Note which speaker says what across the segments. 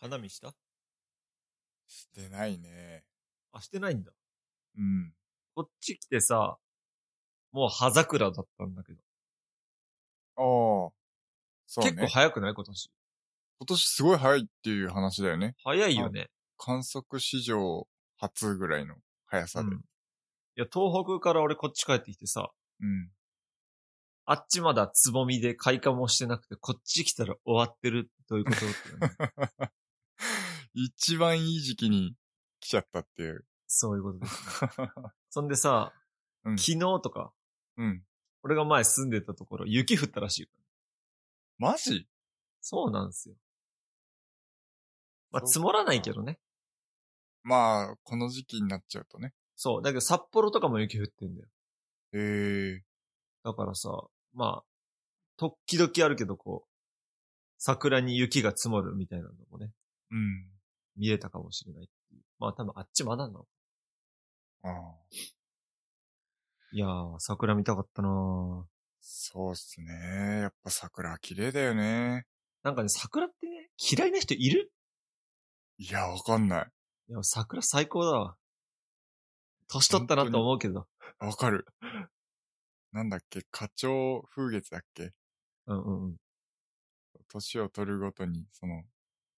Speaker 1: 花見した
Speaker 2: してないね。
Speaker 1: あ、してないんだ。
Speaker 2: うん。
Speaker 1: こっち来てさ、もう葉桜だったんだけど。
Speaker 2: ああ。そうね。
Speaker 1: 結構早くない今年。
Speaker 2: 今年すごい早いっていう話だよね。
Speaker 1: 早いよね。
Speaker 2: 観測史上初ぐらいの速さで。
Speaker 1: うんいや、東北から俺こっち帰ってきてさ、
Speaker 2: うん。
Speaker 1: あっちまだつぼみで開花もしてなくて、こっち来たら終わってる。どういうことって ね
Speaker 2: 一番いい時期に来ちゃったっていう。
Speaker 1: そういうことです。そんでさ、
Speaker 2: うん
Speaker 1: 昨日とか、
Speaker 2: うん。
Speaker 1: 俺が前住んでたところ、雪降ったらしいよ。
Speaker 2: マジ
Speaker 1: そうなんですよ。まあ、
Speaker 2: そうか
Speaker 1: 積もらないけどね。
Speaker 2: まあ、この時期になっちゃうとね。
Speaker 1: そう。だけど札幌とかも雪降ってんだよ。
Speaker 2: ええ
Speaker 1: だからさ、まあ、時々あるけど、こう、桜に雪が積もるみたいなのもね、
Speaker 2: うん。
Speaker 1: 見えたかもしれないっていう。まあ多分あっちまだなの。
Speaker 2: ああ。
Speaker 1: いやー、桜見たかったなー
Speaker 2: そうっすね。やっぱ桜綺麗だよね。
Speaker 1: なんかね、桜ってね、嫌いな人いる
Speaker 2: いや、わかんない。
Speaker 1: いや、桜最高だわ。年取ったなと思うけど。
Speaker 2: わかる。なんだっけ花鳥風月だっけ
Speaker 1: うんうんうん。
Speaker 2: 年を取るごとに、その、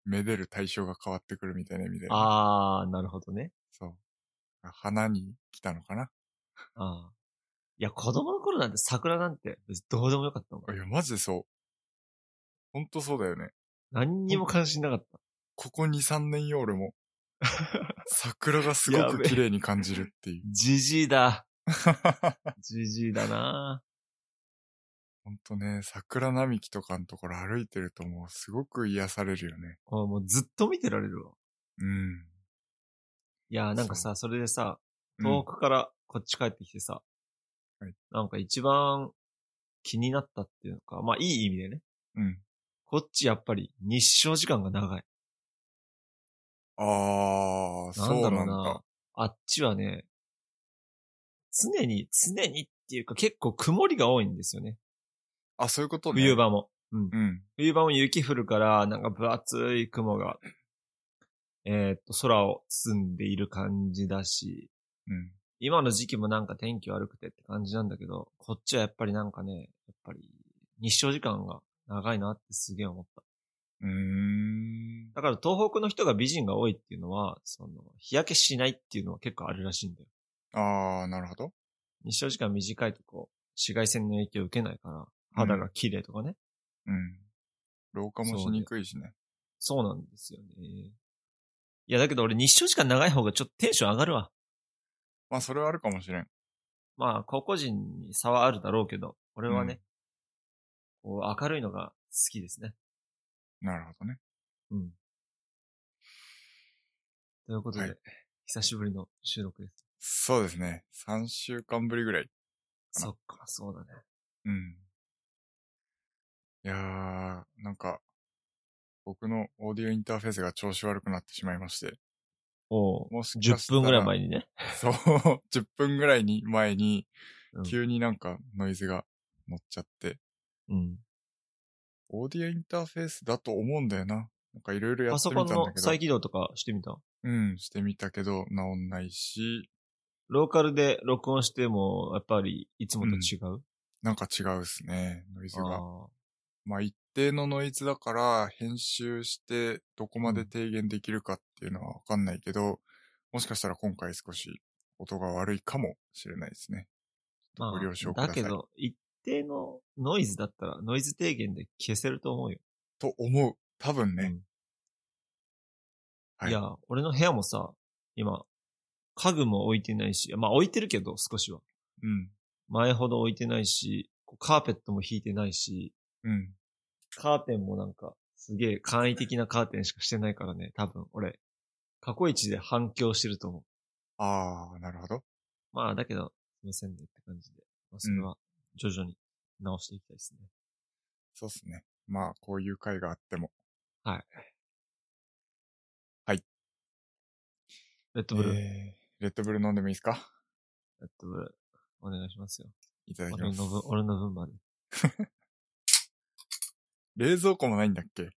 Speaker 2: めでる対象が変わってくるみたいな意味で。
Speaker 1: あー、なるほどね。
Speaker 2: そう。花に来たのかな
Speaker 1: あー。いや、子供の頃なんて桜なんて、どうでもよかったもん。
Speaker 2: いや、マジでそう。ほんとそうだよね。
Speaker 1: 何にも関心なかった。
Speaker 2: ここ2、3年よ、俺も。桜がすご
Speaker 1: や
Speaker 2: く
Speaker 1: べえ
Speaker 2: 綺麗に感じるっていう。
Speaker 1: じじいだ。じじいだな
Speaker 2: ほんとね、桜並木とかのところ歩いてるともうすごく癒されるよね。
Speaker 1: あもうずっと見てられるわ。
Speaker 2: うん。
Speaker 1: いやーなんかさ、それでさ、遠くからこっち帰ってきてさ、
Speaker 2: はい
Speaker 1: なんか一番気になったっていうのか、まあいい意味でね。
Speaker 2: うん。うん。
Speaker 1: こっちやっぱり日照時間が長い。
Speaker 2: あー、
Speaker 1: なん
Speaker 2: そう
Speaker 1: だ
Speaker 2: な
Speaker 1: ろうん
Speaker 2: だ
Speaker 1: な。。あっちはね、常に、常にっていうか結構曇りが多いんですよね。
Speaker 2: あ、そういうことね。
Speaker 1: 冬。場も。うん。
Speaker 2: うん。
Speaker 1: 冬場も雪降るから、なんか分厚い雲が、えーっと、空を包んでいる感じだし、
Speaker 2: うん。
Speaker 1: 今の時期もなんか天気悪くてって感じなんだけど、こっちはやっぱりなんかね、やっぱり日照時間が長いなってすげえ思った。
Speaker 2: うーん。
Speaker 1: だから東北の人が美人が多いっていうのは、その、日焼けしないっていうのは結構あるらしいんだよ。
Speaker 2: あー、なるほど。
Speaker 1: 日照時間短いとこう、紫外線の影響を受けないから、肌が綺麗とかね。
Speaker 2: うん。老化もしにくいしね。
Speaker 1: そうなんですよね。いや、だけど俺日照時間長い方がちょっとテンション上がるわ。
Speaker 2: まあ、それはあるかもしれん。
Speaker 1: まあ、個々人に差はあるだろうけど、俺はね、こう明るいのが好きですね。
Speaker 2: なるほどね。
Speaker 1: うん。ということで、
Speaker 2: はい
Speaker 1: 久しぶりの収録です。
Speaker 2: そうですね。3週間ぶりぐらい。か
Speaker 1: そ
Speaker 2: な
Speaker 1: っか、そうだね。
Speaker 2: うん。いやー、なんか、僕のオーディオインターフェースが調子悪くなってしまいまして。
Speaker 1: おう
Speaker 2: もしか
Speaker 1: 10
Speaker 2: したら
Speaker 1: 分ぐらい前にね。
Speaker 2: そう、10分 ぐらいに前に
Speaker 1: うん、
Speaker 2: 急になんかノイズが乗っちゃって。
Speaker 1: うん。
Speaker 2: オーディオインターフェースだと思うんだよな。なんかいろいろや
Speaker 1: パ
Speaker 2: って
Speaker 1: ソ
Speaker 2: み
Speaker 1: コ
Speaker 2: た
Speaker 1: ン
Speaker 2: んだけ
Speaker 1: の
Speaker 2: ど。
Speaker 1: 再起動とかしてみた
Speaker 2: うん、してみたけど、治んないし、
Speaker 1: ローカルで録音しても、やっぱりいつもと違う、
Speaker 2: なんか違うっすね、ノイズが。
Speaker 1: ああ。
Speaker 2: まあ一定のノイズだから編集してどこまで低減できるかっていうのはわかんないけど、もしかしたら今回少し音が悪いかもしれないですね。
Speaker 1: まあ
Speaker 2: ご了承くだ
Speaker 1: だ
Speaker 2: さい
Speaker 1: けど、一定のノイズだったら、ノイズ低減で消せると思うよ。
Speaker 2: と思う。多分ね。
Speaker 1: うん
Speaker 2: はい
Speaker 1: い、や、俺の部屋もさ、今、家具も置いてないし、まあ置いてるけど、少しは。
Speaker 2: うん。
Speaker 1: 前ほど置いてないし、こうカーペットも引いてないし、
Speaker 2: うん。
Speaker 1: カーテンもなんか、すげえ簡易的なカーテンしかしてないからね、多分、俺、過去一で反響してると思う。
Speaker 2: ああ、なるほど。
Speaker 1: まあ、だけど、すいませんねって感じで。まあ、それは、徐々に直していきたいですね。
Speaker 2: そうっすね。まあこういう回があっても。
Speaker 1: レッドブル、
Speaker 2: えーレッドブル飲んでもいいですか
Speaker 1: レッドブル、お願いしますよ。
Speaker 2: いただき
Speaker 1: 俺
Speaker 2: ます
Speaker 1: の。分、俺の分まで。
Speaker 2: 冷蔵庫もないんだっけ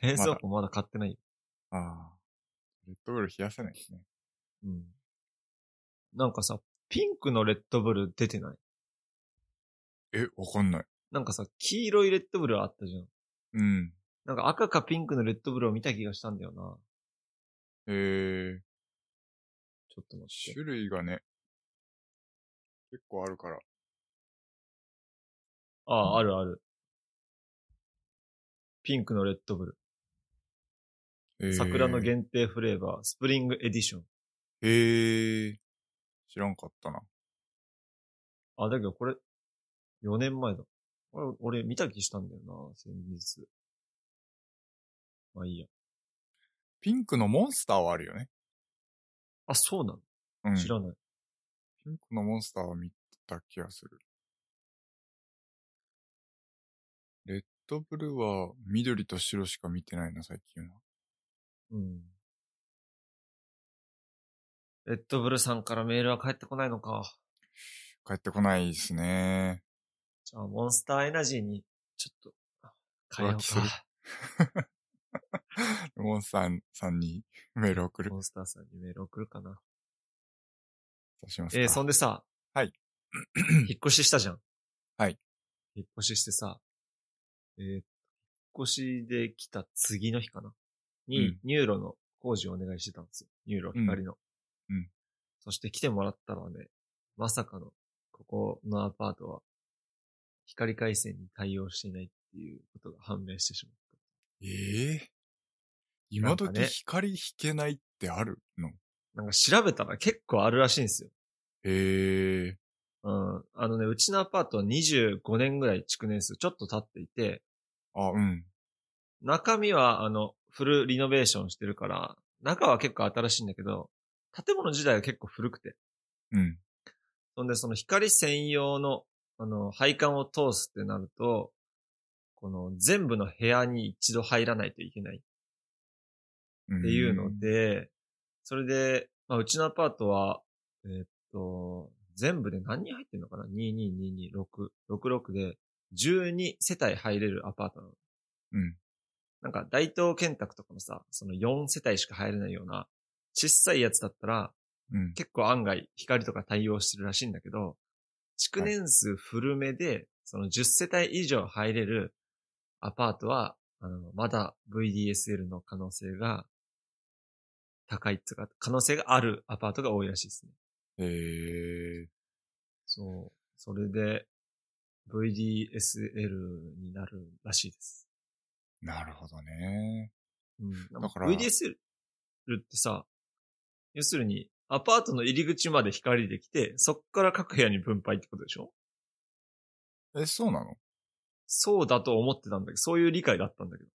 Speaker 1: 冷蔵庫まだ買ってないよ。
Speaker 2: ああ。レッドブル冷やせないですね。
Speaker 1: うん。なんかさ、ピンクのレッドブル出てない
Speaker 2: え、わかんない。
Speaker 1: なんかさ、黄色いレッドブルあったじゃん。
Speaker 2: うん。
Speaker 1: なんか赤かピンクのレッドブルを見た気がしたんだよな。
Speaker 2: えー、
Speaker 1: ちょっと待って。
Speaker 2: 種類がね、結構あるから。
Speaker 1: ああ、あるある。ピンクのレッドブル。
Speaker 2: えー、
Speaker 1: 桜の限定フレーバー、スプリングエディション。
Speaker 2: えー、知らんかったな。
Speaker 1: あ、だけどこれ、4年前だ。これ、俺見た気したんだよな、先日。まあいいや。
Speaker 2: ピンクのモンスターはあるよね。
Speaker 1: あ、そうなの、
Speaker 2: うん。
Speaker 1: 知らない。
Speaker 2: ピンクのモンスターは見た気がする。レッドブルーは緑と白しか見てないな、最近は。
Speaker 1: うん。レッドブルさんからメールは返ってこないのか。
Speaker 2: 帰ってこないで すね。
Speaker 1: じゃあ、モンスターエナジーに、ちょっと、変えよ
Speaker 2: 浮気す
Speaker 1: う
Speaker 2: る
Speaker 1: か。
Speaker 2: モンスターさんにメール送る
Speaker 1: モ。ンスターさんにメール送るかな。
Speaker 2: 出しますか。
Speaker 1: えー、そんでさ、
Speaker 2: はい。
Speaker 1: 引っ越ししたじゃん。
Speaker 2: はい。
Speaker 1: 引っ越ししてさ、えー、引っ越しで来た次の日かな。に、
Speaker 2: うん
Speaker 1: ニューロの工事をお願いしてたんですよ。ニューロ光の。
Speaker 2: うんうん
Speaker 1: そして来てもらったのはね、まさかの、ここのアパートは、光回線に対応していないっていうことが判明してしまっ
Speaker 2: ええ今
Speaker 1: なん
Speaker 2: 時
Speaker 1: かね
Speaker 2: 光引けないってあるの
Speaker 1: た。なんか調べたら結構あるらしいんですよ。
Speaker 2: へえ
Speaker 1: うん。あのね、うちのアパートは25年ぐらい築年数ちょっと経っていて、
Speaker 2: あ、うん。
Speaker 1: 中身は、あの、フルリノベーションしてるから、中は結構新しいんだけど、建物自体は結構古くて。
Speaker 2: うん。
Speaker 1: そんで、その光専用の、あの、配管を通すってなると、この、全部の部屋に一度入らないといけないっていうので、それで、まあ、うちのアパートは、えーっと、全部で何人入ってるのかな ?22226、66で、12世帯入れるアパートなの。
Speaker 2: うん。
Speaker 1: なんか、大東建託とかもさ、その4世帯しか入れないような、小さいやつだったら、
Speaker 2: うん。うん。
Speaker 1: 結構案外、光とか対応してるらしいんだけど、築年数古めで、その10世帯以上入れるアパートは、あの、まだ VDSL の可能性が高いっていうか、可能性があるアパートが多いらしいですね。
Speaker 2: へえ
Speaker 1: そう。それで、VDSL になるらしいです。
Speaker 2: なるほどね。
Speaker 1: うん。
Speaker 2: だから
Speaker 1: VDSL ってさ、要するに、アパートの入り口まで光できて、そっから各部屋に分配ってことでしょ
Speaker 2: え、そうなの
Speaker 1: そうだと思ってたんだけど、そういう理解だったんだけど。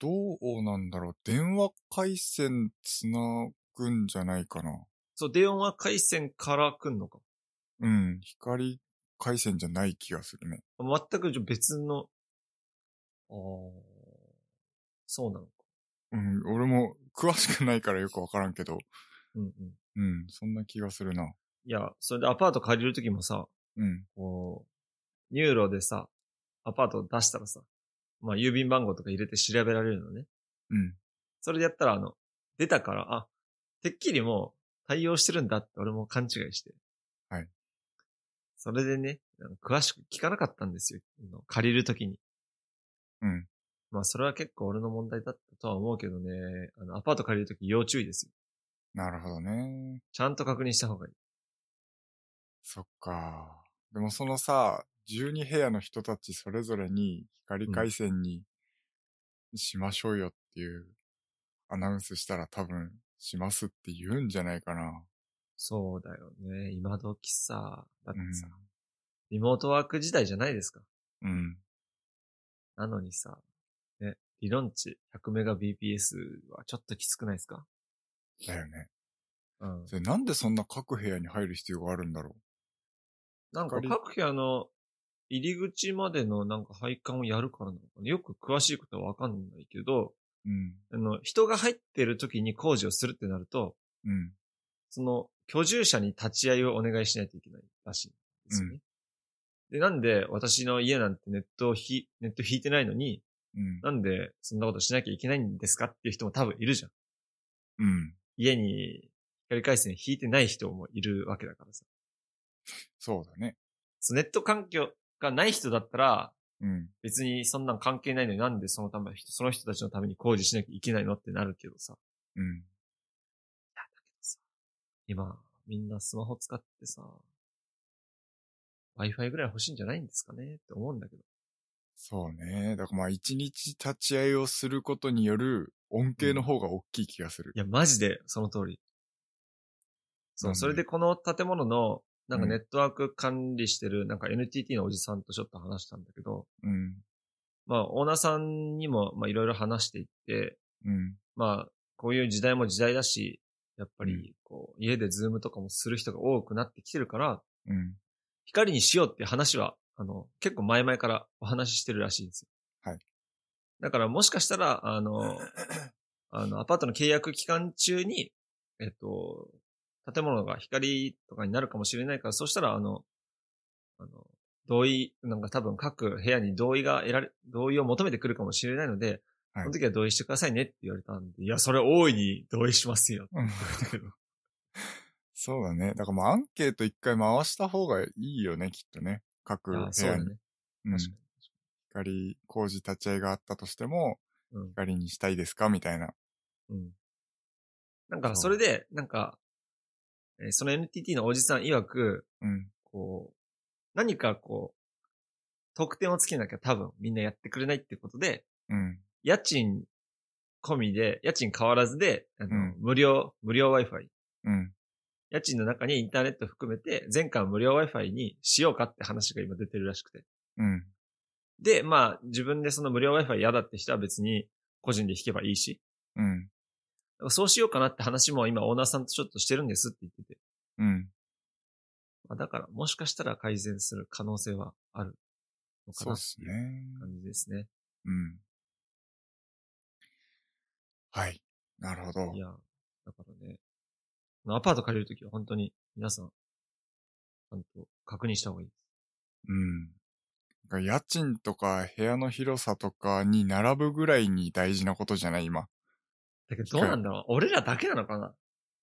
Speaker 2: どうなんだろう電話回線つなぐんじゃないかな
Speaker 1: そう、電話回線から来んのか。
Speaker 2: うん。光回線じゃない気がするね。
Speaker 1: 全く別の、ああ、そうなのか。
Speaker 2: うん。俺も詳しくないからよくわからんけど。
Speaker 1: うんうん。
Speaker 2: うん。そんな気がするな。
Speaker 1: いや、それでアパート借りるときもさ、
Speaker 2: うん。
Speaker 1: こう、ニューロでさ、アパートを出したらさ、まあ郵便番号とか入れて調べられるのね。
Speaker 2: うん。
Speaker 1: それでやったら、あの、出たから、あ、てっきりもう対応してるんだって俺も勘違いして。
Speaker 2: はい。
Speaker 1: それでね、あの詳しく聞かなかったんですよ。あの借りるときに。
Speaker 2: うん。
Speaker 1: まあそれは結構俺の問題だったとは思うけどね、あの、アパート借りるとき要注意ですよ。
Speaker 2: なるほどね。
Speaker 1: ちゃんと確認した方がいい。
Speaker 2: そっか。でもそのさ、12部屋の人たちそれぞれに光回線にしましょうよっていうアナウンスしたら多分しますって言うんじゃないかな。
Speaker 1: そうだよね。今時さ、だってさ、
Speaker 2: う
Speaker 1: リモートワーク時代じゃないですか。
Speaker 2: うん。
Speaker 1: なのにさ、ね、理論値100メガ BPS はちょっときつくないですか
Speaker 2: だよね。
Speaker 1: うん。
Speaker 2: それなんでそんな各部屋に入る必要があるんだろ
Speaker 1: なんか
Speaker 2: 借り
Speaker 1: 各部屋の入り口までのなんか配管をやるからなのかなよく詳しいことはわかんないけど、
Speaker 2: う。うん。
Speaker 1: あの、人が入ってる時に工事をするってなると、
Speaker 2: うん。
Speaker 1: その居住者に立ち会いをお願いしないといけないらしいんですよね。で、なんで私の家なんてネットをひ、ネット引いてないのに、
Speaker 2: うん。
Speaker 1: なんで、そんなことしなきゃいけないんですかっていう人も多分いるじゃん。
Speaker 2: うん。
Speaker 1: 家に光回線引いてない人もいるわけだからさ。
Speaker 2: そうだね。
Speaker 1: そうネット環境がない人だったら、
Speaker 2: うん。
Speaker 1: 別にそんなん関係ないのになんでそのため、その人たちのために工事しなきゃいけないのってなるけどさ。
Speaker 2: うん。
Speaker 1: 今、みんなスマホ使ってさ、Wi-Fi ぐらい欲しいんじゃないんですかねって思うんだけど。
Speaker 2: そうね。だからまあ一日立ち会いをすることによる恩恵の方が大きい気がする。
Speaker 1: いや、マジで、その通り。そ
Speaker 2: なん
Speaker 1: う、
Speaker 2: で
Speaker 1: それでこの建物の、なんか
Speaker 2: うん
Speaker 1: ネットワーク管理してる、なんか NTT のおじさんとちょっと話したんだけど、
Speaker 2: うん。
Speaker 1: まあ、オーナーさんにも、まあ、いろいろ話していって、
Speaker 2: うん。
Speaker 1: まあ、こういう時代も時代だし、やっぱ
Speaker 2: う
Speaker 1: り、こう、家でズームとかもする人が多くなってきてるから、
Speaker 2: うん。
Speaker 1: 光にしようって話は、あの、結構前々からお話ししてるらしいんですよ。
Speaker 2: はい。
Speaker 1: だからもしかしたら、あ の、あの、アパートの契約期間中に、えっと、建物が光とかになるかもしれないから、そしたら、あの、あの、同意、なんか多分各部屋に同意が得られ、同意を求めてくるかもしれないので、
Speaker 2: はい
Speaker 1: その時は同意してくださいねって言われたんで、いや、それ大いに同意しますよ。
Speaker 2: うんそうだね。だからまあアンケート一回回した方がいいよね、きっとね。各部
Speaker 1: い
Speaker 2: 屋
Speaker 1: や
Speaker 2: に。
Speaker 1: そうだね。
Speaker 2: うん
Speaker 1: 確かに。
Speaker 2: 光工事立ち会いがあったとしても、
Speaker 1: うん
Speaker 2: 光にしたいですかみたいな。
Speaker 1: うん。なんか、それで、なんか、えーその NTT のおじさん曰く、
Speaker 2: うん。
Speaker 1: こう、何かこう、特典をつけなきゃ多分みんなやってくれないってことで、
Speaker 2: うん。
Speaker 1: 家賃込みで、家賃変わらずで、あの
Speaker 2: うん
Speaker 1: 無料、無料 Wi-Fi。
Speaker 2: うん。
Speaker 1: 家賃の中にインターネット含めて、全館無料 Wi-Fi にしようかって話が今出てるらしくて。
Speaker 2: うん。
Speaker 1: で、まあ、自分でその無料 Wi-Fi 嫌だって人は別に個人で引けばいいし、
Speaker 2: うん。
Speaker 1: そうしようかなって話も今オーナーさんとちょっとしてるんですって言ってて。
Speaker 2: うん。
Speaker 1: まあ、だから、もしかしたら改善する可能性はあるのか
Speaker 2: そう
Speaker 1: な
Speaker 2: っ
Speaker 1: っ
Speaker 2: す
Speaker 1: ていう
Speaker 2: ね。
Speaker 1: 感じですね。
Speaker 2: うん。はい。なるほど
Speaker 1: い。や、だからね、このアパート借りるときは本当に皆さん、ちゃんと確認した方がいいです。
Speaker 2: うん。なんか家賃とか部屋の広さとかに並ぶぐらいに大事なことじゃない今。
Speaker 1: だけど、どうなんだろう俺らだけなのかな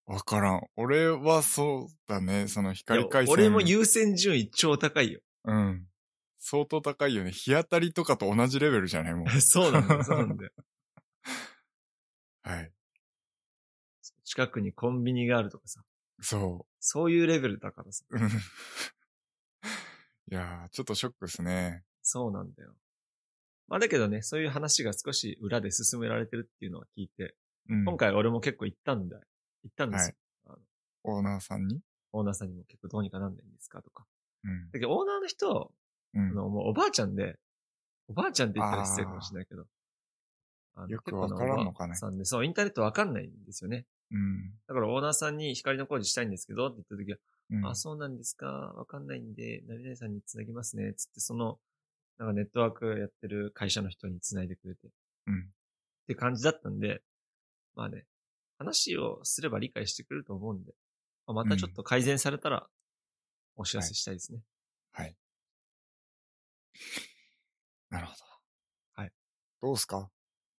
Speaker 2: わからん。俺はそうだね。その
Speaker 1: いや
Speaker 2: 光回線。
Speaker 1: 俺も優先順位超高いよ。
Speaker 2: うん。相当高いよね。日当たりとかと同じレベルじゃないもん。
Speaker 1: そうなんだよ、そうなんだよ。
Speaker 2: はい。
Speaker 1: 近くにコンビニがあるとかさ、
Speaker 2: そ
Speaker 1: そういうレベルだからさ、
Speaker 2: う。うん いやー、ちょっとショックですね。
Speaker 1: そうなんだよ。まあだけどね、そういう話が少し裏で進められてるっていうのは聞いて、
Speaker 2: うん。
Speaker 1: 今回俺も結構行ったんだ、行ったんですよ。
Speaker 2: オーナーさんに
Speaker 1: オーナーさんにも結構どうにかなんないんですかとか。
Speaker 2: うん。
Speaker 1: だけどオーナーの人、
Speaker 2: うん
Speaker 1: あの、もうおばあちゃんで、おばあちゃんって言ったら失礼かもしれないけど。あ
Speaker 2: よく
Speaker 1: 結構な
Speaker 2: わからんの
Speaker 1: お
Speaker 2: かね
Speaker 1: ばあさんで、そう、インターネットわかんないんですよね。
Speaker 2: うん。
Speaker 1: だからオーナーさんに光の工事したいんですけどって言った時は、
Speaker 2: うん。
Speaker 1: あ、そうなんですか、わかんないんで、何々さんにつなぎますね、つって、その、なんかネットワークやってる会社の人につないでくれて。
Speaker 2: うん
Speaker 1: って感じだったんで、まあね、話をすれば理解してくれると思うんで、まあまたちょっと改善されたら、お知らせしたいですね。
Speaker 2: はい。なるほど。
Speaker 1: はい。
Speaker 2: どうすか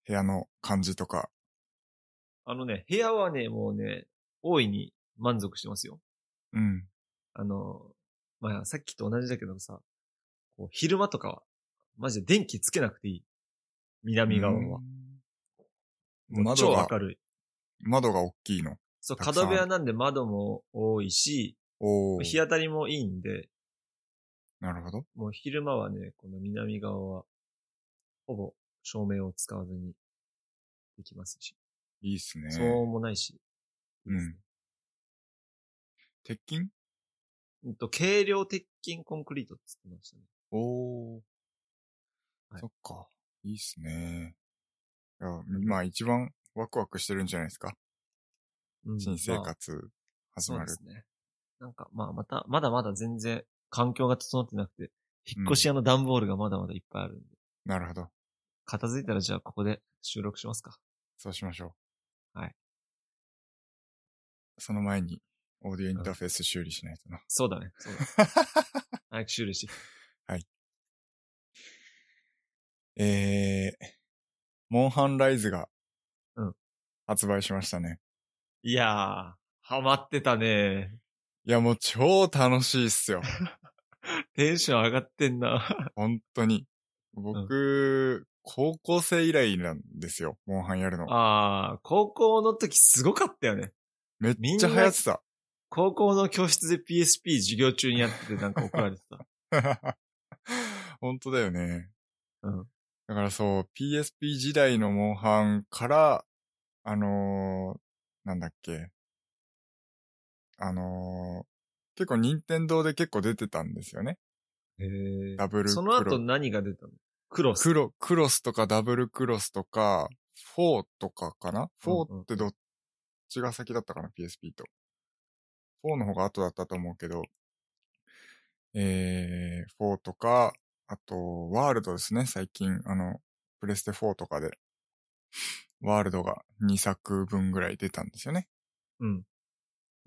Speaker 2: 部屋の感じとか。
Speaker 1: あのね、部屋はね、もうね、大いに満足してますよ。
Speaker 2: うん。
Speaker 1: あの、まあ、さっきと同じだけどさ、こう昼間とかは、マジで電気つけなくていい。南側は。
Speaker 2: うん。
Speaker 1: もう
Speaker 2: 窓
Speaker 1: 超
Speaker 2: が、
Speaker 1: 明るい。
Speaker 2: 窓が大きいの。
Speaker 1: そう、
Speaker 2: たくさん
Speaker 1: 角部屋なんで窓も多いし、
Speaker 2: お
Speaker 1: 日
Speaker 2: ー。
Speaker 1: 当たりもいいんで、
Speaker 2: なるほど。
Speaker 1: もう昼間はね、この南側は、ほぼ照明を使わずにできますし、
Speaker 2: いいっすね。
Speaker 1: 騒音もないし、いいですね
Speaker 2: 鉄筋
Speaker 1: うんと、軽量鉄筋コンクリートって言ってましたね。
Speaker 2: おー。
Speaker 1: はい
Speaker 2: そっか。いいっすね。いや、まあ一番ワクワクしてるんじゃないですか。
Speaker 1: うん
Speaker 2: 新生
Speaker 1: まあ
Speaker 2: 活始
Speaker 1: そう
Speaker 2: ま
Speaker 1: で
Speaker 2: る
Speaker 1: す。ね。なんか、まあ、また、まだまだ全然環境が整ってなくて、引っ越し屋の段ボールがまだまだいっぱいあるんで、
Speaker 2: なるほど。
Speaker 1: 片付いたらじゃあここで収録しますか。
Speaker 2: そうしましょう。
Speaker 1: はい。
Speaker 2: その前に、オーディオインターフェース修理しないとな。
Speaker 1: そうだね。そうだね。 早く修理して。
Speaker 2: えー、モンハンライズが、
Speaker 1: うん
Speaker 2: 発売しましたね。
Speaker 1: いやー、ハマってたね。
Speaker 2: いや、もう超楽しいっ すよ。
Speaker 1: テンション上がってんな。
Speaker 2: 本当に。僕、高校生以来なんですよ、モンハンやるの。
Speaker 1: あー、高校の時すごかったよね。
Speaker 2: めっ
Speaker 1: みん
Speaker 2: ち
Speaker 1: な
Speaker 2: ゃ流行ってた。
Speaker 1: 高校の教室で PSP 授業中にやっててなんか怒られ てた。
Speaker 2: 本当だよね。
Speaker 1: うん
Speaker 2: だからそう、PSP 時代のモンハンから、あのー、なんだっけ。あのー、結構任天堂で結構出てたんですよね。
Speaker 1: へー
Speaker 2: ダブルクロ
Speaker 1: その後何が出たのクロス。
Speaker 2: クロ、クロスとかダブルクロスとか、フォーとかかなフォ
Speaker 1: うんう
Speaker 2: ー
Speaker 1: ん
Speaker 2: ってどっちが先だったかな ?PSP と。フォーの方が後だったと思うけど、えー、フォーとか、あと、ワールドですね、最近。あの、プレステ4とかで、ワールドが2作分ぐらい出たんですよね。
Speaker 1: うん。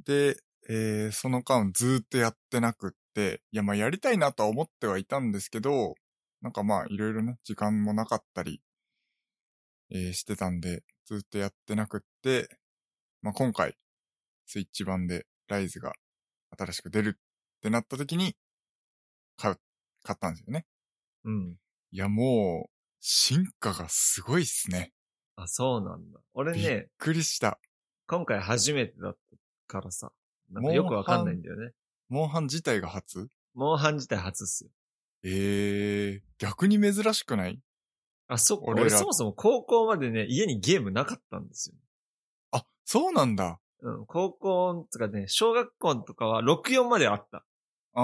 Speaker 2: で、えーその間ずーっとやってなくって、いや、まあやりたいなとは思ってはいたんですけど、なんかまあいろいろね、時間もなかったり、えーしてたんで、ずーっとやってなくって、まあ今回、スイッチ版でライズが新しく出るってなった時に、買う、買ったんですよね。
Speaker 1: うん。
Speaker 2: いや、もう、進化がすごいっすね。
Speaker 1: あ、そうなんだ。俺
Speaker 2: びっ
Speaker 1: ね、
Speaker 2: くりした。
Speaker 1: 今回初めてだったからさ、なんかよくわかんないんだよね。
Speaker 2: モンハン自体が初
Speaker 1: モンハン自体初っすよ。
Speaker 2: ええー、逆に珍しくない
Speaker 1: あ、そっか。
Speaker 2: 俺ら
Speaker 1: 俺そもそも高校までね、家にゲームなかったんですよ。
Speaker 2: あ、そうなんだ。
Speaker 1: うん、高校、とかね、小学校とかは64まではあった。
Speaker 2: ああ、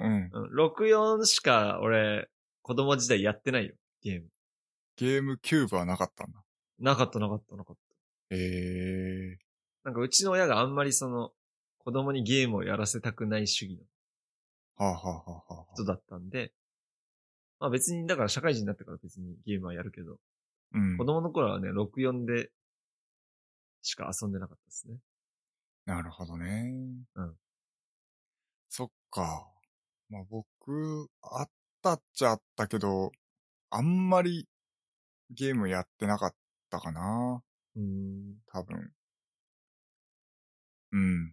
Speaker 2: う
Speaker 1: うん、
Speaker 2: ん。
Speaker 1: 64しか俺、子供時代やってないよ、ゲーム。
Speaker 2: ゲームキューブはなかったんだ。
Speaker 1: なかったなかったなかっ
Speaker 2: ええ
Speaker 1: た。なんかうちの親があんまりその、子供にゲームをやらせたくない主義の
Speaker 2: はあ、はあはあはあ、
Speaker 1: 人だったんで、まあ別に、だから社会人になってから別にゲームはやるけど、
Speaker 2: うん
Speaker 1: 子。供の頃はね、64でしか遊んでなかったですね。
Speaker 2: なるほどね。
Speaker 1: うん。
Speaker 2: そっか。まあ僕、あったっちゃあったけど、あんまりゲームやってなかったかな。
Speaker 1: うーん。
Speaker 2: 多分。うん。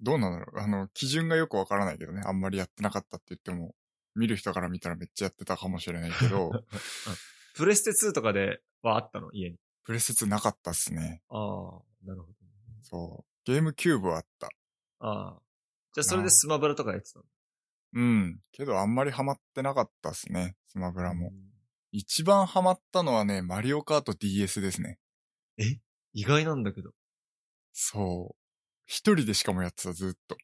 Speaker 2: どうなんだろうあの、基準がよくわからないけどね。あんまりやってなかったって言っても、見る人から見たらめっちゃやってたかもしれないけど、
Speaker 1: プレステ2とかではあったの、家に。
Speaker 2: プレステ2なかったっすね。
Speaker 1: ああ、なるほど、ね。
Speaker 2: そう。ゲームキューブはあった。
Speaker 1: ああ。じゃあそれでスマブラとかやってたの
Speaker 2: うん。けどあんまりハマってなかったっすね。スマブラ
Speaker 1: う
Speaker 2: も。
Speaker 1: ん
Speaker 2: 一番ハマったのはね、マリオカート DS ですね。
Speaker 1: 意外なんだけど。
Speaker 2: そう。一人でしかもやってた、ずっと。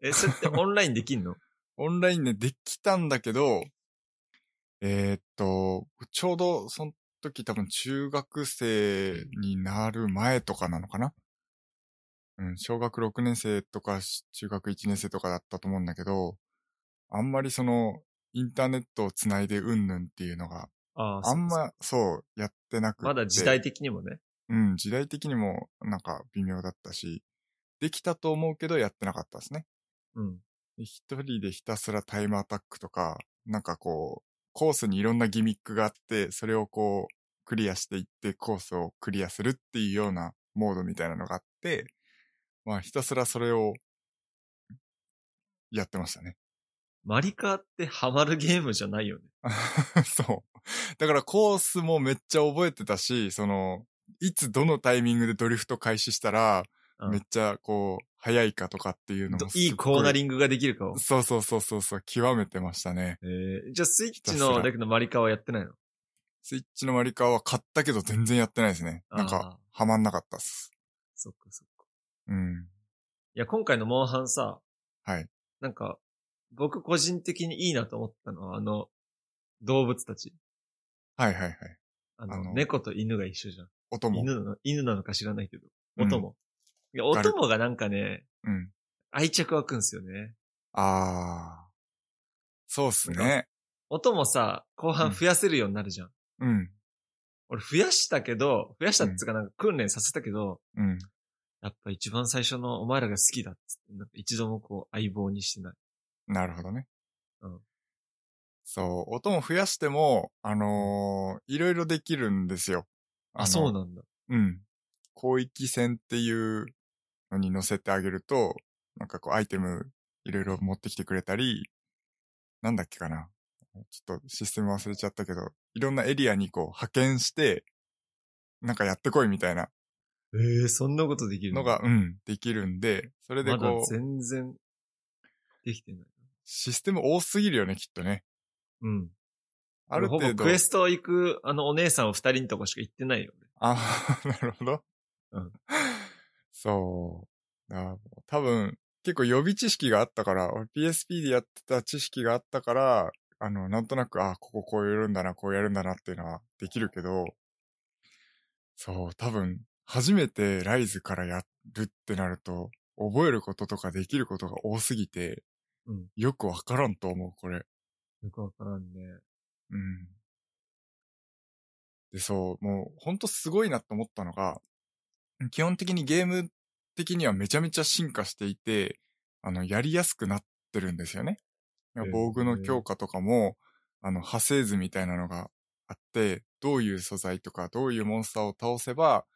Speaker 1: え、それってオンラインできん の
Speaker 2: オンラインでできたんだけど、えーっと、ちょうどその時多分中学生になる前とかなのかなうん、小学6年生とかし中学1年生とかだったと思うんだけど、あんまりそのインターネットをつないでうんぬんっていうのが
Speaker 1: ああ、
Speaker 2: あん
Speaker 1: そう
Speaker 2: まそうやってなくて。
Speaker 1: そうまだ時代的にもね。
Speaker 2: うん、時代的にもなんか微妙だったし、できたと思うけどやってなかったですね。
Speaker 1: うん。
Speaker 2: 一人でひたすらタイムアタックとか、なんかこう、コースにいろんなギミックがあって、それをこう、クリアしていってコースをクリアするっていうようなモードみたいなのがあって、まあひたすらそれを、やってましたね。
Speaker 1: マリカーってハマるゲームじゃないよね。
Speaker 2: そう。だからコースもめっちゃ覚えてたし、その、いつどのタイミングでドリフト開始したら、
Speaker 1: うん
Speaker 2: めっちゃこう、早いかとかっていうの
Speaker 1: ど
Speaker 2: もすっご
Speaker 1: いいコーナリングができるかを。
Speaker 2: そうそうそうそうそう、極めてましたね。
Speaker 1: えー、じゃあスイッチ
Speaker 2: ひたす
Speaker 1: の
Speaker 2: ら
Speaker 1: だけどマリカーはやってないの
Speaker 2: スイッチのマリカーは買ったけど全然やってないですね。なんか、
Speaker 1: ああ、
Speaker 2: はまんなかったっす。
Speaker 1: そっかそっか。
Speaker 2: うん。
Speaker 1: いや、今回のモンハンさ、
Speaker 2: はい。
Speaker 1: なんか、僕個人的にいいなと思ったのは、あの、動物たち。
Speaker 2: はいはいはい。
Speaker 1: あの、
Speaker 2: あの
Speaker 1: 猫と犬が一緒じゃん。
Speaker 2: 音も。
Speaker 1: 犬なの、犬なのか知らないけど。
Speaker 2: うん
Speaker 1: お供。いや、お供がなんかね、
Speaker 2: うん。
Speaker 1: 愛着湧くんすよね。
Speaker 2: あー。そうっすね。
Speaker 1: お供さ、後
Speaker 2: う
Speaker 1: 半
Speaker 2: ん
Speaker 1: 増やせるようになるじゃん。
Speaker 2: うん。
Speaker 1: 俺増やしたけど、増やしたっつうかなんか訓練させたけど、
Speaker 2: うん。
Speaker 1: やっぱ一番最初のお前らが好きだっつって、なんか一度もこう相棒にしてない。
Speaker 2: なるほどね。
Speaker 1: うん
Speaker 2: そう、音も増やしても、あのーいろいろできるんですよ。
Speaker 1: あ、そう
Speaker 2: の
Speaker 1: なんだ。
Speaker 2: うん。広域線っていうのに乗せてあげると、なんかこうアイテムいろいろ持ってきてくれたり、なんだっけかな。ちょっとシステム忘れちゃったけど、いろんなエリアにこう派遣して、なんかやってこいみたいな
Speaker 1: ええそんなことできる
Speaker 2: のが、うん、できるんで、それで
Speaker 1: まだ
Speaker 2: こう、
Speaker 1: 全然、できてない。
Speaker 2: システム多すぎるよね、きっとね。
Speaker 1: うん。
Speaker 2: あ
Speaker 1: 俺
Speaker 2: る程
Speaker 1: ほぼ
Speaker 2: 度
Speaker 1: ク。エスト行く、あの、お姉さんを二人のとこしか行ってないよ、ね。
Speaker 2: あ あ、なるほど。
Speaker 1: うん。
Speaker 2: そう。だからもう多分、結構予備知識があったから、俺 PSP でやってた知識があったから、あの、なんとなく、あ、こここうやるんだな、こうやるんだなっていうのはできるけど、そう、多分、初めてライズからやるってなると、覚えることとかできることが多すぎて、
Speaker 1: うん
Speaker 2: よくわからんと思う、これ。
Speaker 1: よくわからんね。
Speaker 2: うん。で、そう、もう、ほんとすごいなと思ったのが、基本的にゲーム的にはめちゃめちゃ進化していて、あの、やりやすくなってるんですよね。
Speaker 1: へえ
Speaker 2: 防具の強化とかも、あの、派生図みたいなのがあって、どういう素材とか、どういうモンスターを倒せば、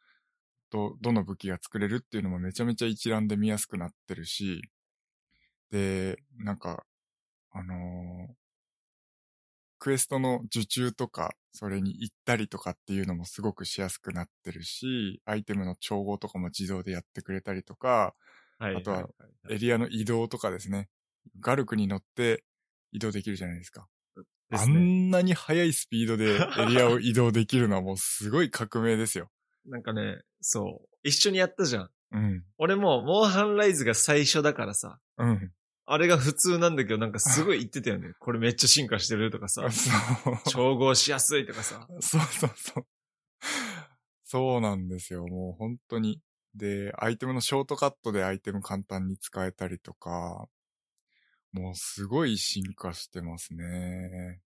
Speaker 2: ど、どの武器が作れるっていうのもめちゃめちゃ一覧で見やすくなってるし、で、なんか、あのークエストの受注とか、それに行ったりとかっていうのもすごくしやすくなってるし、アイテムの調合とかも自動でやってくれたりとか、
Speaker 1: はい。
Speaker 2: あとはい
Speaker 1: い
Speaker 2: エリアの移動とかですね。ガルクに乗って移動できるじゃないですか。
Speaker 1: で
Speaker 2: あ
Speaker 1: すね。
Speaker 2: んなに速いスピード でエリアを移動できるのはもうすごい革命ですよ。
Speaker 1: なんかね、そう。一緒にやったじゃん。
Speaker 2: うん。
Speaker 1: 俺も、モンハンライズが最初だからさ。
Speaker 2: うん。
Speaker 1: あれが普通なんだけど、なんかすごい言ってたよね。これめっちゃ進化してるとかさ
Speaker 2: そう。。
Speaker 1: 調合しやすいとかさ。
Speaker 2: そうそうそう。そうなんですよ。もう本当に。で、アイテムのショートカットでアイテム簡単に使えたりとか、もうすごい進化してますね。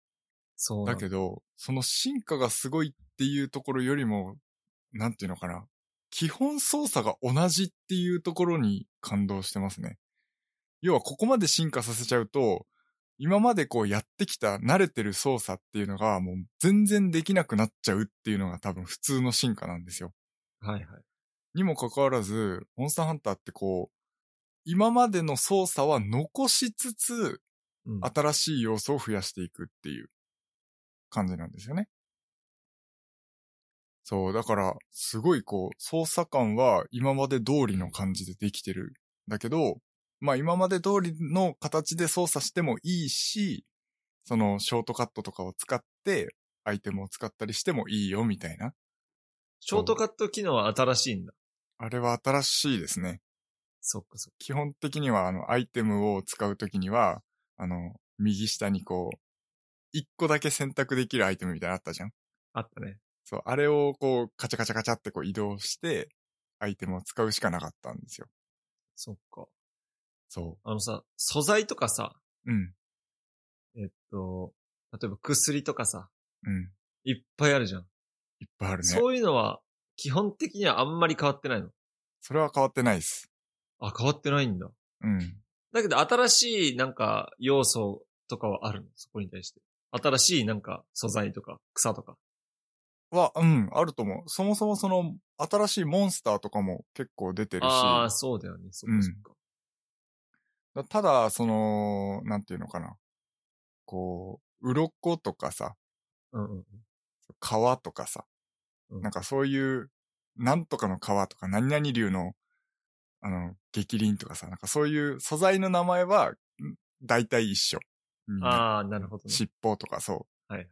Speaker 1: そうなん
Speaker 2: だけど、その進化がすごいっていうところよりも、なんていうのかな。基本操作が同じっていうところに感動してますね。要はここまで進化させちゃうと、今までこうやってきた慣れてる操作っていうのがもう全然できなくなっちゃうっていうのが多分普通の進化なんですよ。
Speaker 1: はいはい。
Speaker 2: にもかかわらず、モンスターハンターってこう、今までの操作は残しつつ、
Speaker 1: うん、
Speaker 2: 新しい要素を増やしていくっていう感じなんですよね。そう、だから、すごいこう、操作感は今まで通りの感じでできてる。だけど、まあ今まで通りの形で操作してもいいし、そのショートカットとかを使って、アイテムを使ったりしてもいいよみたいな。
Speaker 1: ショートカット機能は新しいんだ。
Speaker 2: あれは新しいですね。
Speaker 1: そっかそっか。
Speaker 2: 基本的には、あの、アイテムを使うときには、あの、右下にこう、一個だけ選択できるアイテムみたいなのあったじゃん。
Speaker 1: あったね。
Speaker 2: そう、あれをこう、カチャカチャカチャってこう移動して、アイテムを使うしかなかったんですよ。
Speaker 1: そっか。
Speaker 2: そ
Speaker 1: あのさ、素材とかさ、
Speaker 2: う。うん、
Speaker 1: えっと、例えば薬とかさ、
Speaker 2: うん。
Speaker 1: いっぱいあるじゃん。
Speaker 2: いっぱいあるね。そ
Speaker 1: そういうのは、基本的にはあんまり変わってないの。
Speaker 2: れは変わってないです。
Speaker 1: あ、変わってないんだ。
Speaker 2: うん。
Speaker 1: だけど、新しいなんか要素とかはあるのそこに対して。新しいなんか素材とか草とか。
Speaker 2: は、うん、あると思う。そもそもその、新しいモンスターとかも結構出てるし。
Speaker 1: ああ、そうだよね。そっかそっか。
Speaker 2: だただ、その、なんていうのかな。こう、鱗とかさ、
Speaker 1: うんうん。
Speaker 2: 川とかさ、
Speaker 1: うん
Speaker 2: なんかそういう、なんとかの川とか、何々流の、あの、激鱗とかさ、なんかそういう素材の名前は、ん大体一緒。みんな
Speaker 1: ああ、なるほどね。
Speaker 2: 尻尾とかそう。
Speaker 1: はいはい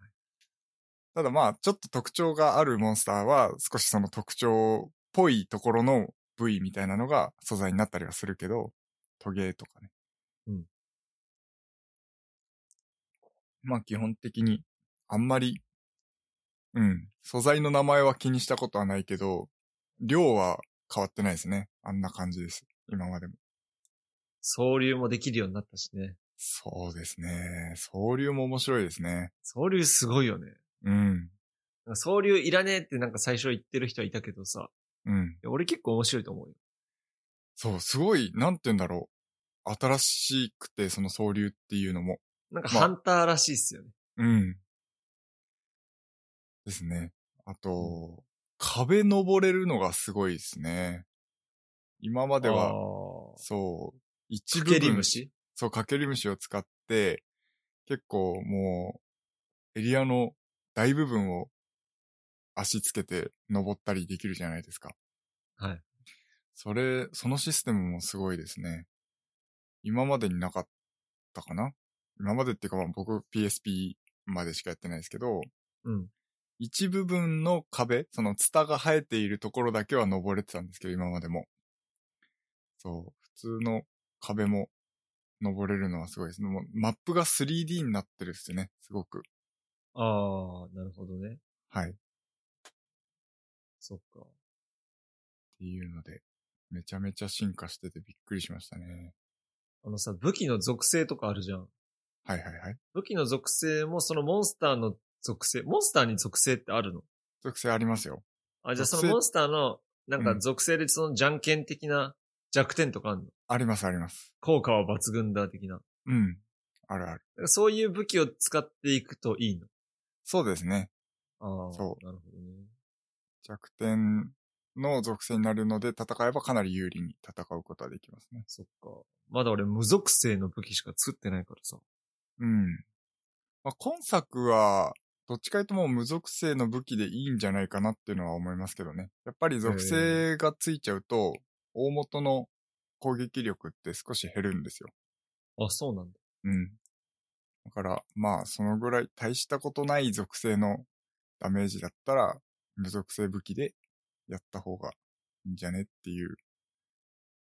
Speaker 2: ただまあ、ちょっと特徴があるモンスターは、少しその特徴っぽいところの部位みたいなのが素材になったりはするけど、トゲとかね。
Speaker 1: うん。
Speaker 2: まあ基本的に、あんまり、うん、素材の名前は気にしたことはないけど、量は変わってないですね。あんな感じです。今までも。
Speaker 1: 総流もできるようになったしね。
Speaker 2: そうですね。総流も面白いですね。
Speaker 1: 総流すごいよね。
Speaker 2: うん。
Speaker 1: なんか総流いらねえってなんか最初言ってる人はいたけどさ。
Speaker 2: うん。
Speaker 1: いや俺結構面白いと思うよ。
Speaker 2: そう、すごい、なんて言うんだろう。新しくて、その総流っていうのも。
Speaker 1: なんか
Speaker 2: まあ
Speaker 1: ハンターらしいっすよね。
Speaker 2: うん。ですね。あと、壁登れるのがすごいですね。今まで
Speaker 1: あ
Speaker 2: は、
Speaker 1: ー
Speaker 2: そう、一
Speaker 1: か
Speaker 2: 部
Speaker 1: けり
Speaker 2: 分、
Speaker 1: 虫
Speaker 2: そう、かけり虫を使って、結構もう、エリアの大部分を足つけて登ったりできるじゃないですか。
Speaker 1: はい。
Speaker 2: それ、そのシステムもすごいですね。今までになかったかな今までっていうか、まあ僕 PSP までしかやってないですけど、
Speaker 1: うん。
Speaker 2: 一部分の壁、そのツタが生えているところだけは登れてたんですけど、今までも。そう、普通の壁も登れるのはすごいです。もうマップが 3D になってるっすよね、すごく。
Speaker 1: ああ、なるほどね。
Speaker 2: はい。っ
Speaker 1: そっか。
Speaker 2: ていうので、めちゃめちゃ進化しててびっくりしましたね。
Speaker 1: あのさ、武器の属性とかあるじゃん。
Speaker 2: はいはいはい。
Speaker 1: 武器の属性もそのモンスターの属性、モンスターに属性ってあるの
Speaker 2: 属性ありますよ。
Speaker 1: あ、じゃあ
Speaker 2: 属性
Speaker 1: そのモンスターの、なん
Speaker 2: う
Speaker 1: か
Speaker 2: ん
Speaker 1: 属性でそのじゃんけん的な弱点とかあるの
Speaker 2: ありますあります。
Speaker 1: 効果は抜群だ的な。だ
Speaker 2: うん。あるある。
Speaker 1: からそういう武器を使っていくといいの
Speaker 2: そうですね。
Speaker 1: ああ、。
Speaker 2: そう
Speaker 1: なるほどね。
Speaker 2: 弱点の属性になるので、戦えばかなり有利に戦うことはできますね。
Speaker 1: そっか。まだ俺無属性の武器しか作ってないからさ。
Speaker 2: うん。まあ、今作は、どっちかというともう無属性の武器でいいんじゃないかなっていうのは思いますけどね。やっぱり属性がついちゃうと、大元の攻撃力って少し減るんですよ。
Speaker 1: あ、そうなんだ。
Speaker 2: うん。だから、まあ、そのぐらい大したことない属性のダメージだったら、無属性武器でやった方がいいんじゃねっていう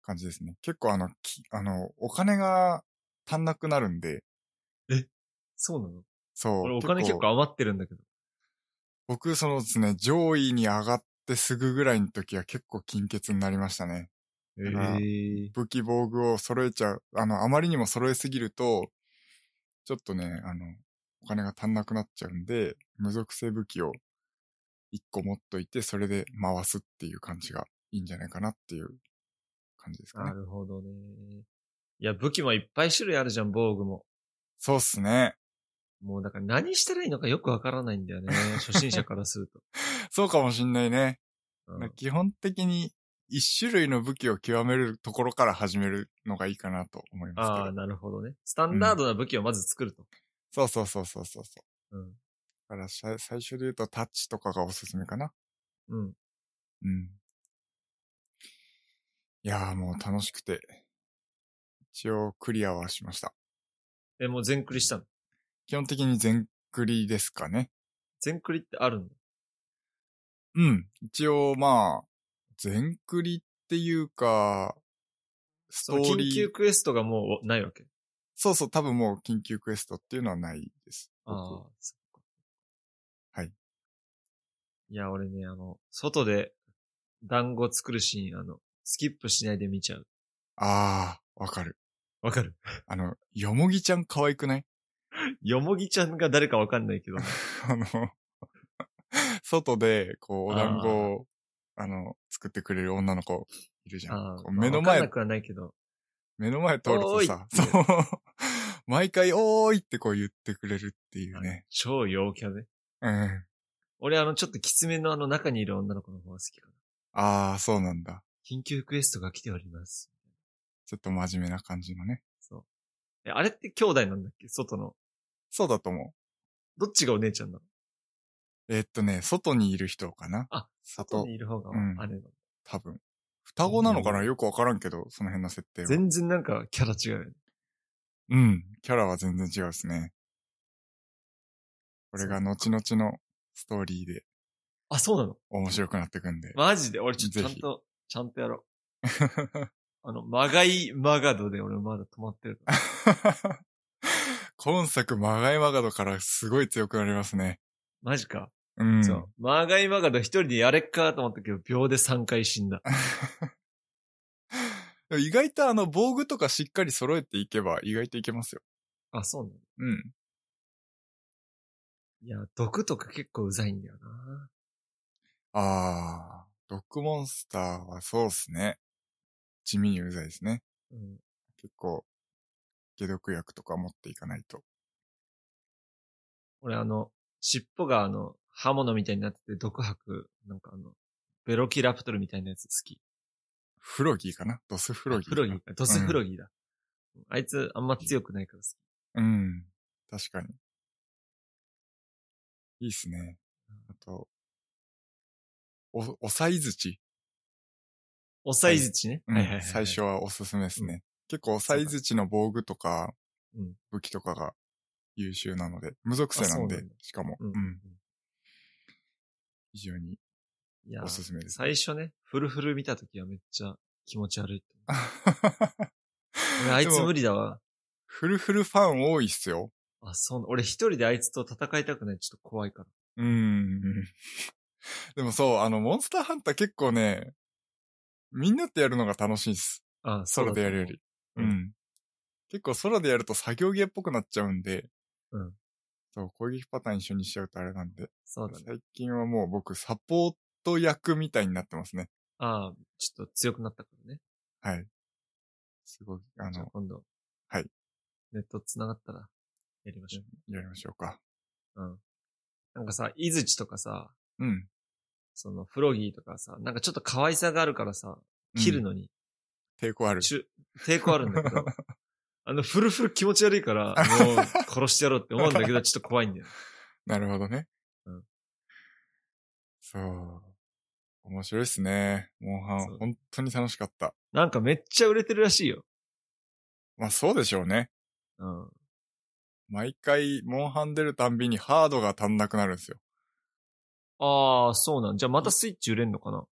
Speaker 2: 感じですね。結構あの、きあの、お金が足んなくなるんで、
Speaker 1: そうなの
Speaker 2: そう。
Speaker 1: 俺お金結構余ってるんだけど。
Speaker 2: 僕、そのですね、上位に上がってすぐぐらいの時は結構金欠になりましたね。
Speaker 1: え
Speaker 2: ら
Speaker 1: え
Speaker 2: 武器防具を揃えちゃう。あの、あまりにも揃えすぎると、ちょっとね、あの、お金が足んなくなっちゃうんで、無属性武器を一個持っといて、それで回すっていう感じがいいんじゃないかなっていう感じですか
Speaker 1: な
Speaker 2: ね。
Speaker 1: るほどね。いや、武器もいっぱい種類あるじゃん、防具も。
Speaker 2: そうっすね。
Speaker 1: もうだから何したらいいのかよくわからないんだよね。初心者からすると。
Speaker 2: そうかもしんないね。
Speaker 1: うん
Speaker 2: 基本的に一種類の武器を極めるところから始めるのがいいかなと思いますけ
Speaker 1: あ
Speaker 2: ど
Speaker 1: あ、。なるほどね。スタンダードな武器をまず作ると。
Speaker 2: そうそうそうそうそうそう。
Speaker 1: うん。
Speaker 2: だからさ最初で言うとタッチとかがおすすめかな。
Speaker 1: うん。
Speaker 2: うん。いやーもう楽しくて。一応クリアはしました。
Speaker 1: え、もう全クリしたの
Speaker 2: 基本的に全クリですかね。
Speaker 1: 全クリってあるんだ。
Speaker 2: うん。一応まあ、全クリっていうか、ス
Speaker 1: そ
Speaker 2: ト
Speaker 1: の
Speaker 2: ー
Speaker 1: 緊
Speaker 2: リ
Speaker 1: 急
Speaker 2: ー。
Speaker 1: クエストがもうないわけ。
Speaker 2: そうそう、多分もう緊急クエストっていうのはないです。
Speaker 1: ああ
Speaker 2: 僕、
Speaker 1: そっか。
Speaker 2: はい。
Speaker 1: いや、俺ね、あの、外で団子作るシーン、あの、スキップしないで見ちゃう。
Speaker 2: あー、わかる。
Speaker 1: わかる
Speaker 2: あの、よもぎちゃん可愛くない
Speaker 1: よもぎちゃんが誰かわかんない けど。
Speaker 2: あの、外で、こう、お団子を、あの、作ってくれる女の子いるじゃん。
Speaker 1: あ
Speaker 2: こ
Speaker 1: あ
Speaker 2: う目の
Speaker 1: まあわかん
Speaker 2: 前
Speaker 1: なくはないけど。
Speaker 2: 目の前通るとさ、 そう、毎回、おーいってこう言ってくれるっていうね。
Speaker 1: 超陽キャね。
Speaker 2: うん。
Speaker 1: 俺、あの、ちょっときつめのあの中にいる女の子の方が好きかな。
Speaker 2: ああ、そうなんだ。
Speaker 1: 緊急クエストが来ております。
Speaker 2: ちょっと真面目な感じのね。
Speaker 1: そう。え、あれって兄弟なんだっけ外の。
Speaker 2: そうだと思
Speaker 1: どっちがお姉ちゃんなの
Speaker 2: う。えーっとね、外にいる人かな
Speaker 1: あ、外
Speaker 2: 外
Speaker 1: に、いる方が
Speaker 2: うん
Speaker 1: 姉なの。
Speaker 2: 多分。双子なのかなよくわからんけど、その辺の設定は。
Speaker 1: 全然なんかキャラ違うよね。
Speaker 2: うん。キャラは全然違うですね。これが後々のストーリーで
Speaker 1: あ、そうなの
Speaker 2: 面白くなってくんで。
Speaker 1: マジで俺ちょっとちゃ
Speaker 2: ぜ
Speaker 1: ん
Speaker 2: ひ
Speaker 1: と、ちゃんとやろう。あの、まがいまがどで俺まだ止まってるから。
Speaker 2: 今作、マガイマガドからすごい強くなりますね。
Speaker 1: マジか。
Speaker 2: うん。
Speaker 1: そう。まがいまがど一人でやれっかと思ったけど、秒で3回死んだ。
Speaker 2: でも 意外とあの、防具とかしっかり揃えていけば、意外といけますよ。
Speaker 1: あ、そうなの
Speaker 2: うん。
Speaker 1: いや、毒とか結構うざいんだよな。
Speaker 2: あー、ドックモンスターはそうっすね。地味にうざいですね。
Speaker 1: うん。
Speaker 2: 結構、解毒薬とか持っていかないと。
Speaker 1: 俺あの、尻尾があの、刃物みたいになってて毒吐く、なんかあの、ベロキラプトルみたいなやつ好き。
Speaker 2: フロギーかなドスフロギー。
Speaker 1: フロギー。ドスフロギーだ。あいつあんま強くないから好き。
Speaker 2: うん。確かに。いいっすね。あと、お、おさいづち。
Speaker 1: おさいずちね。
Speaker 2: うん最初。はおすすめですね。結構、おさいづちの防具とか
Speaker 1: うん、
Speaker 2: 武器とかが優秀なので、無属性なん
Speaker 1: あそうな
Speaker 2: で
Speaker 1: んだ、
Speaker 2: しかも、
Speaker 1: う
Speaker 2: うんん。非常に
Speaker 1: いや
Speaker 2: お、すすめです。
Speaker 1: 最初ね、フルフル見たときはめっちゃ気持ち悪い って。俺あいつ無
Speaker 2: 理。
Speaker 1: 理だわ。
Speaker 2: フルフルファン多いっすよ。
Speaker 1: あ、そう、俺一人であいつと戦いたくない。ちょっと怖いから。
Speaker 2: うん。でもそう、あの、モンスターハンター結構ね、みんなってやるのが楽しいっす。
Speaker 1: あ、そうだ
Speaker 2: 空でやるより。うん。結構空でやると作業ゲーっぽくなっちゃうんで、
Speaker 1: うん。
Speaker 2: そう、攻撃パターン一緒にしちゃうとあれなんで、
Speaker 1: そうだね。
Speaker 2: 最近はもう僕サポート役みたいになってますね。
Speaker 1: ああ、ちょっと強くなったからね。
Speaker 2: はい。すごい、あ
Speaker 1: じゃあ
Speaker 2: の、
Speaker 1: 今度。
Speaker 2: はい。
Speaker 1: ネット繋がったら、やりましょ
Speaker 2: やりましょうか。
Speaker 1: う。うん。なんかさ、いずちとかさ、
Speaker 2: うん。
Speaker 1: その、フロギーとかさ、なんかちょっと可愛さがあるからさ、切る
Speaker 2: の。
Speaker 1: のに、
Speaker 2: 抵抗ある。
Speaker 1: ちゅ抵抗あるんだけ ど、あの、フルフル気持ち悪いから、もう、殺してやろうって思うんだけど、ちょっと怖いんだよ。
Speaker 2: なるほどね。
Speaker 1: うん。
Speaker 2: そう。面白いっすね。モンハ
Speaker 1: そう
Speaker 2: ン、本当に楽しかった。
Speaker 1: なんかめっちゃ売れてるらしいよ。
Speaker 2: まあそうでしょうね。
Speaker 1: うん。
Speaker 2: 毎回、モンハン出るたんびにハードが足んなくなるんですよ。
Speaker 1: ああ、そうなん。じゃあまたスイッチ売れんのかな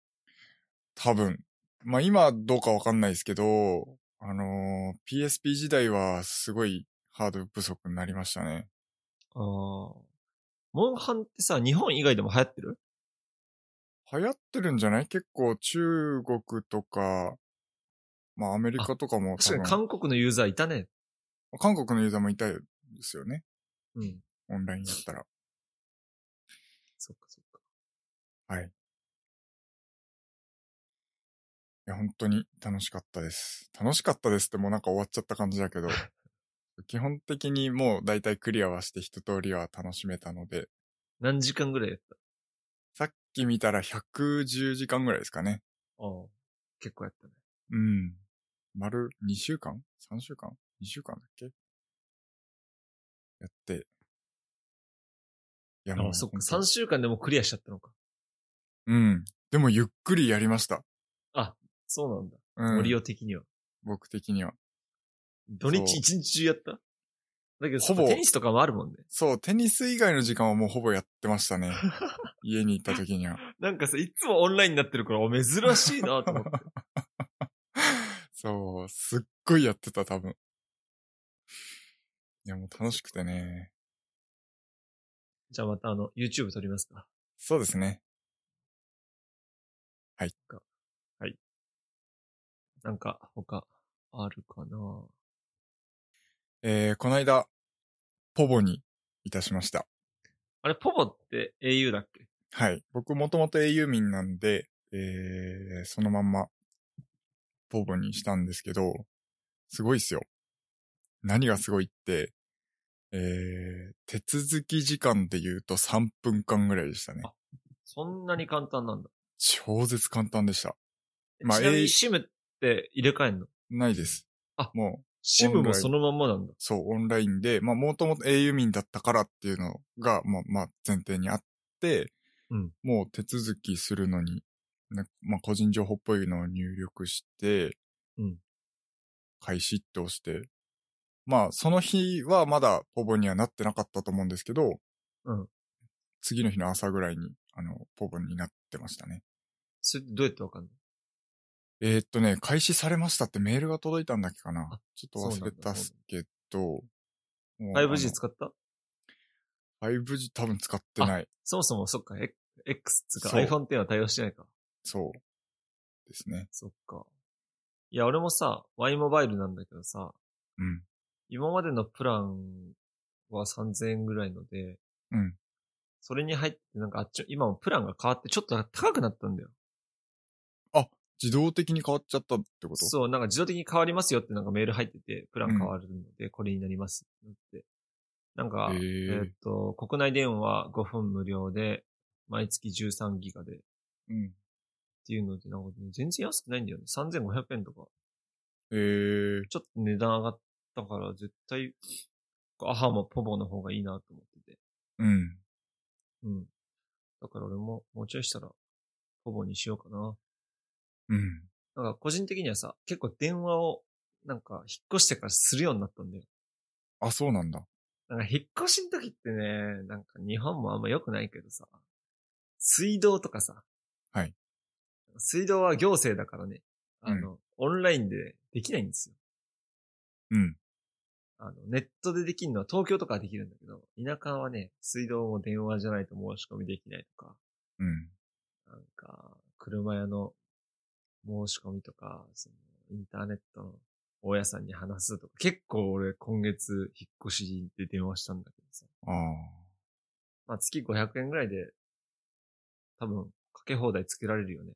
Speaker 2: 多分。まあ今どうかわかんないですけど、あのー PSP 時代はすごいハード不足になりましたね。
Speaker 1: ああ。モンハンってさ、日本以外でも流行ってる
Speaker 2: 流行ってるんじゃない結構中国とか、まあアメリカとかも
Speaker 1: 確
Speaker 2: 多
Speaker 1: か
Speaker 2: 分
Speaker 1: に韓国のユーザーいたね。
Speaker 2: 韓国のユーザーもいたんですよね。
Speaker 1: うん。
Speaker 2: オンラインだったら。
Speaker 1: そっかそっか。
Speaker 2: いや、本当に楽しかったです。楽しかったですってもうなんか終わっちゃった感じだけど、基本的にもう大体クリアはして一通りは楽しめたので、
Speaker 1: 何時間ぐらいやった
Speaker 2: さっき見たら110時間ぐらいですかね。
Speaker 1: ああ。結構やったね。
Speaker 2: うん。丸2週間 ?3 週間 ?2 週間だっけやって。いや、
Speaker 1: あ
Speaker 2: も
Speaker 1: あ、
Speaker 2: う。
Speaker 1: そっか。
Speaker 2: ほん
Speaker 1: 3
Speaker 2: と
Speaker 1: 週間でもクリアしちゃったのか。
Speaker 2: うん。でもゆっくりやりました。
Speaker 1: そうなんだ。
Speaker 2: う
Speaker 1: 森
Speaker 2: ん。
Speaker 1: 尾的には。
Speaker 2: 僕的には。
Speaker 1: 土日
Speaker 2: そう
Speaker 1: 一日中やっただけど、
Speaker 2: ほ
Speaker 1: ほ
Speaker 2: ぼ
Speaker 1: ぼテニスとかもあるもんね。
Speaker 2: そう、テニス以外の時間はもうほぼやってましたね。 家に行った時には。
Speaker 1: なんかさ、いつもオンラインになってるから、お珍しいなと思って。
Speaker 2: そう、すっごいやってた、多分。いや、もう楽しくてね。
Speaker 1: じゃあまたあの、YouTube 撮りますか。
Speaker 2: そうですね。
Speaker 1: なんか、他、あるかな
Speaker 2: えー、この間、ポボにいたしました。
Speaker 1: あれ、ポポって au だっけ
Speaker 2: はい。僕もともと英雄民なんで、えー、そのまんま、ポボにしたんですけど、すごいっすよ。何がすごいって、えー、手続き時間で言うと3分間ぐらいでしたね
Speaker 1: あ。そんなに簡単なんだ。
Speaker 2: 超絶簡単でした。まあ
Speaker 1: ちなみ
Speaker 2: au
Speaker 1: に、シムって入れ替えんの
Speaker 2: ないです。
Speaker 1: あ
Speaker 2: もう、
Speaker 1: シムもそのまんまなんだ。
Speaker 2: そう、オンラインで、まあ、もともと英雄民だったからっていうのが、まあ、まあ、前提にあって、
Speaker 1: うん
Speaker 2: もう手続きするのに、なまあ、個人情報っぽいのを入力して、
Speaker 1: うん
Speaker 2: 開始って押して、まあ、その日はまだポボにはなってなかったと思うんですけど、
Speaker 1: うん
Speaker 2: 次の日の朝ぐらいに、あの、ポボになってましたね。
Speaker 1: それってどうやってわかんの
Speaker 2: えーっとね、開始されましたってメールが届いたんだっけかな
Speaker 1: あ
Speaker 2: ちょっと忘れたっすけど、もう
Speaker 1: ?5G 使った
Speaker 2: 5G 多分使ってない。
Speaker 1: そもそも、そっか、X- X つうか
Speaker 2: そう
Speaker 1: iPhone X は対応してないか。
Speaker 2: そう。ですね。
Speaker 1: そっか。いや、俺もさ、Y モバイルなんだけどさ、
Speaker 2: うん。
Speaker 1: 今までのプランは3000円ぐらいので、
Speaker 2: うん。
Speaker 1: それに入って、なんかあっち、今もプランが変わって、ちょっと高くなったんだよ。
Speaker 2: 自動的に変わっちゃったってこと
Speaker 1: そう、なんか自動的に変わりますよってなんかメール入ってて、プラン変わるので、これになりますってなって。なんか、
Speaker 2: へ
Speaker 1: え
Speaker 2: ー
Speaker 1: ーっと、国内電話5分無料で、毎月13ギガでっ
Speaker 2: うん。
Speaker 1: ていうので、なんかね、全然安くないんだよね。3500円とか。
Speaker 2: えー、
Speaker 1: ちょっと値段上がったから、絶対、アハもポボの方がいいなと思ってて。
Speaker 2: うん。
Speaker 1: うん。だから俺も、もうちょいしたら、ポボにしようかな。
Speaker 2: うん。
Speaker 1: なんか個人的にはさ、結構電話を、なんか引っ越してからするようになったんだよ。
Speaker 2: あ、そうなんだ。
Speaker 1: なんか引っ越しの時ってね、なんか日本もあんま良くないけどさ、水道とかさ。
Speaker 2: はい。
Speaker 1: 水道は行政だからね、あの、オンラインでできないんですよ。
Speaker 2: うん。
Speaker 1: あの、ネットでできるのは東京とかはできるんだけど、田舎はね、水道も電話じゃないと申し込みできないとか、
Speaker 2: うん。
Speaker 1: なんか、車屋の申し込みとか、その、インターネットの大家さんに話すとか、結構俺今月引っ越しで電話したんだけどさ、
Speaker 2: ああ。
Speaker 1: まあ月500円ぐらいで、多分、かけ放題つけられるよね。